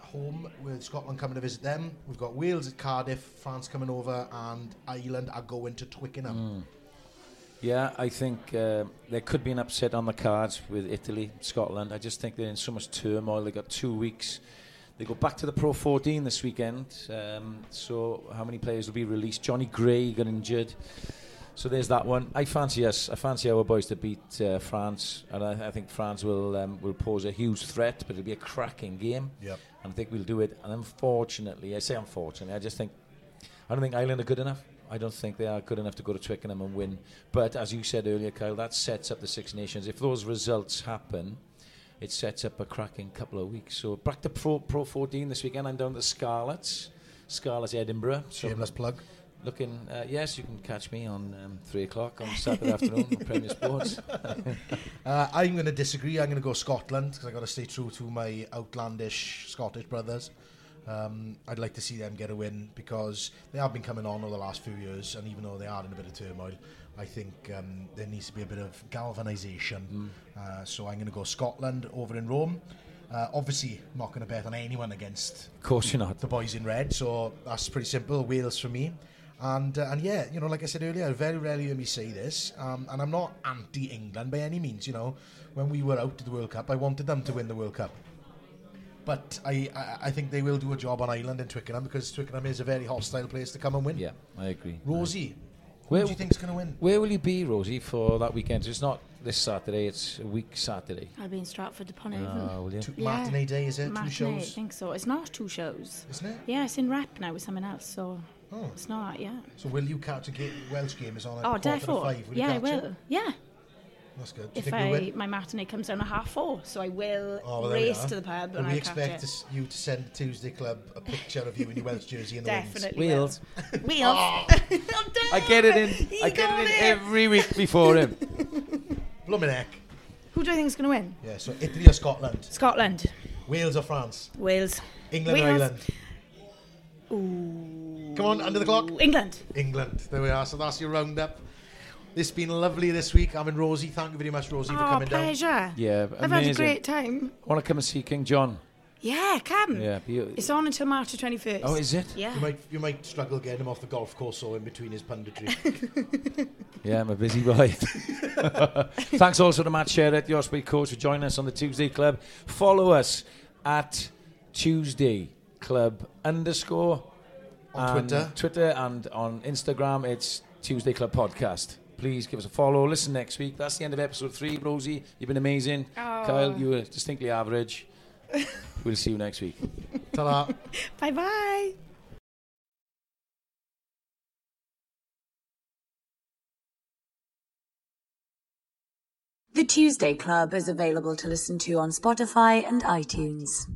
Speaker 2: home with Scotland coming to visit them. We've got Wales at Cardiff, France coming over, and Ireland are going to Twickenham.
Speaker 3: Yeah, I think uh, there could be an upset on the cards with Italy, Scotland. I just think they're in so much turmoil. They got two weeks. They go back to the Pro 14 this weekend. Um, so how many players will be released? Johnny Gray got injured. So there's that one. I fancy us. I fancy our boys to beat uh, France, and I, I think France will um, will pose a huge threat. But it'll be a cracking game.
Speaker 2: Yep.
Speaker 3: And I think we'll do it. And unfortunately, I say unfortunately, I just think I don't think Ireland are good enough. I don't think they are good enough to go to Twickenham and win. But as you said earlier, Kyle, that sets up the Six Nations. If those results happen, it sets up a cracking couple of weeks. So back to Pro, Pro 14 this weekend. I'm down to Scarlets, Scarlets Edinburgh. So
Speaker 2: Shameless plug.
Speaker 3: looking, uh, yes, you can catch me on um, three o'clock on Saturday afternoon on Premier Sports.
Speaker 2: Uh, I'm going to disagree. I'm going to go Scotland because i got to stay true to my outlandish Scottish brothers. Um, I'd like to see them get a win because they have been coming on over the last few years, and even though they are in a bit of turmoil, I think um, there needs to be a bit of galvanisation. Uh, so I'm going to go Scotland over in Rome. Uh, obviously, not going to bet on anyone against
Speaker 3: of course you're not.
Speaker 2: the boys in red. So that's pretty simple. Wales for me. And, uh, and yeah, you know, like I said earlier, I very rarely hear me say this, um, and I'm not anti England by any means. You know, when we were out to the World Cup, I wanted them to win the World Cup. But I, I, I think they will do a job on Ireland and Twickenham because Twickenham is a very hostile place to come and win.
Speaker 3: Yeah, I agree.
Speaker 2: Rosie,
Speaker 3: Where-
Speaker 2: who do you think's going to win?
Speaker 3: Where will you be, Rosie, for that weekend? It's not this Saturday, it's a week Saturday.
Speaker 4: I'll be in Stratford upon Avon.
Speaker 3: Uh, will you?
Speaker 2: Two,
Speaker 4: Yeah.
Speaker 2: Matinee day, is it? Two
Speaker 4: Matinee, I
Speaker 2: shows,
Speaker 4: think so. It's not two shows.
Speaker 2: isn't it?
Speaker 4: Yeah, it's in rep now with someone else, so
Speaker 2: Oh.
Speaker 4: it's not. Yeah.
Speaker 2: So will you catch a game? Welsh game is on at
Speaker 4: Oh,
Speaker 2: quarter to
Speaker 4: therefore,
Speaker 2: five. Will you
Speaker 4: yeah,
Speaker 2: catch
Speaker 4: I
Speaker 2: it?
Speaker 4: will. Yeah,
Speaker 2: That's good. Do you
Speaker 4: if
Speaker 2: think we'll win?
Speaker 4: I my matinee comes down at half four, so I will
Speaker 2: Oh, well, there we
Speaker 4: race
Speaker 2: are.
Speaker 4: to the pub
Speaker 2: And
Speaker 4: and
Speaker 2: we
Speaker 4: I'll
Speaker 2: expect
Speaker 4: catch it.
Speaker 2: us- you to send the Tuesday Club a picture of you in your Welsh jersey in the Oh.
Speaker 4: Definitely.
Speaker 3: Wheels.
Speaker 4: will. Wheels.
Speaker 3: I get it in. I get it in every week before him.
Speaker 2: wings. Blooming heck.
Speaker 4: Who do you think is going to win?
Speaker 2: Yeah, so Italy or Scotland?
Speaker 4: Scotland.
Speaker 2: Wales or France?
Speaker 4: Wales.
Speaker 2: England or
Speaker 4: Wales.
Speaker 2: Ireland? Ooh. Come on, under the clock.
Speaker 4: Ooh, England.
Speaker 2: England. There we are. So that's your roundup. It's been lovely this week. I'm in Rosie. Thank you very much, Rosie, for
Speaker 4: Oh,
Speaker 2: coming down.
Speaker 4: pleasure.
Speaker 3: Yeah,
Speaker 4: I've had a great time.
Speaker 3: Want to come and see King John?
Speaker 4: Yeah, come.
Speaker 3: Yeah. Be,
Speaker 4: It's on until March the 21st.
Speaker 3: oh, is it?
Speaker 4: Yeah.
Speaker 2: You might, you might struggle getting him off the golf course or in between his punditry.
Speaker 3: Yeah, I'm a busy boy. Thanks also to Matt Sherritt, your speed coach, for joining us on the Tuesday Club. Follow us at Tuesday Club underscore
Speaker 2: On
Speaker 3: and
Speaker 2: Twitter.
Speaker 3: Twitter and on Instagram. It's Tuesday Club Podcast. please give us a follow. Listen next week. That's the end of episode three, Rosie. You've been amazing. Kyle, you were distinctly average. we'll see you next week.
Speaker 2: Ta-da.
Speaker 4: Bye bye.
Speaker 1: The Tuesday Club is available to listen to on Spotify and iTunes.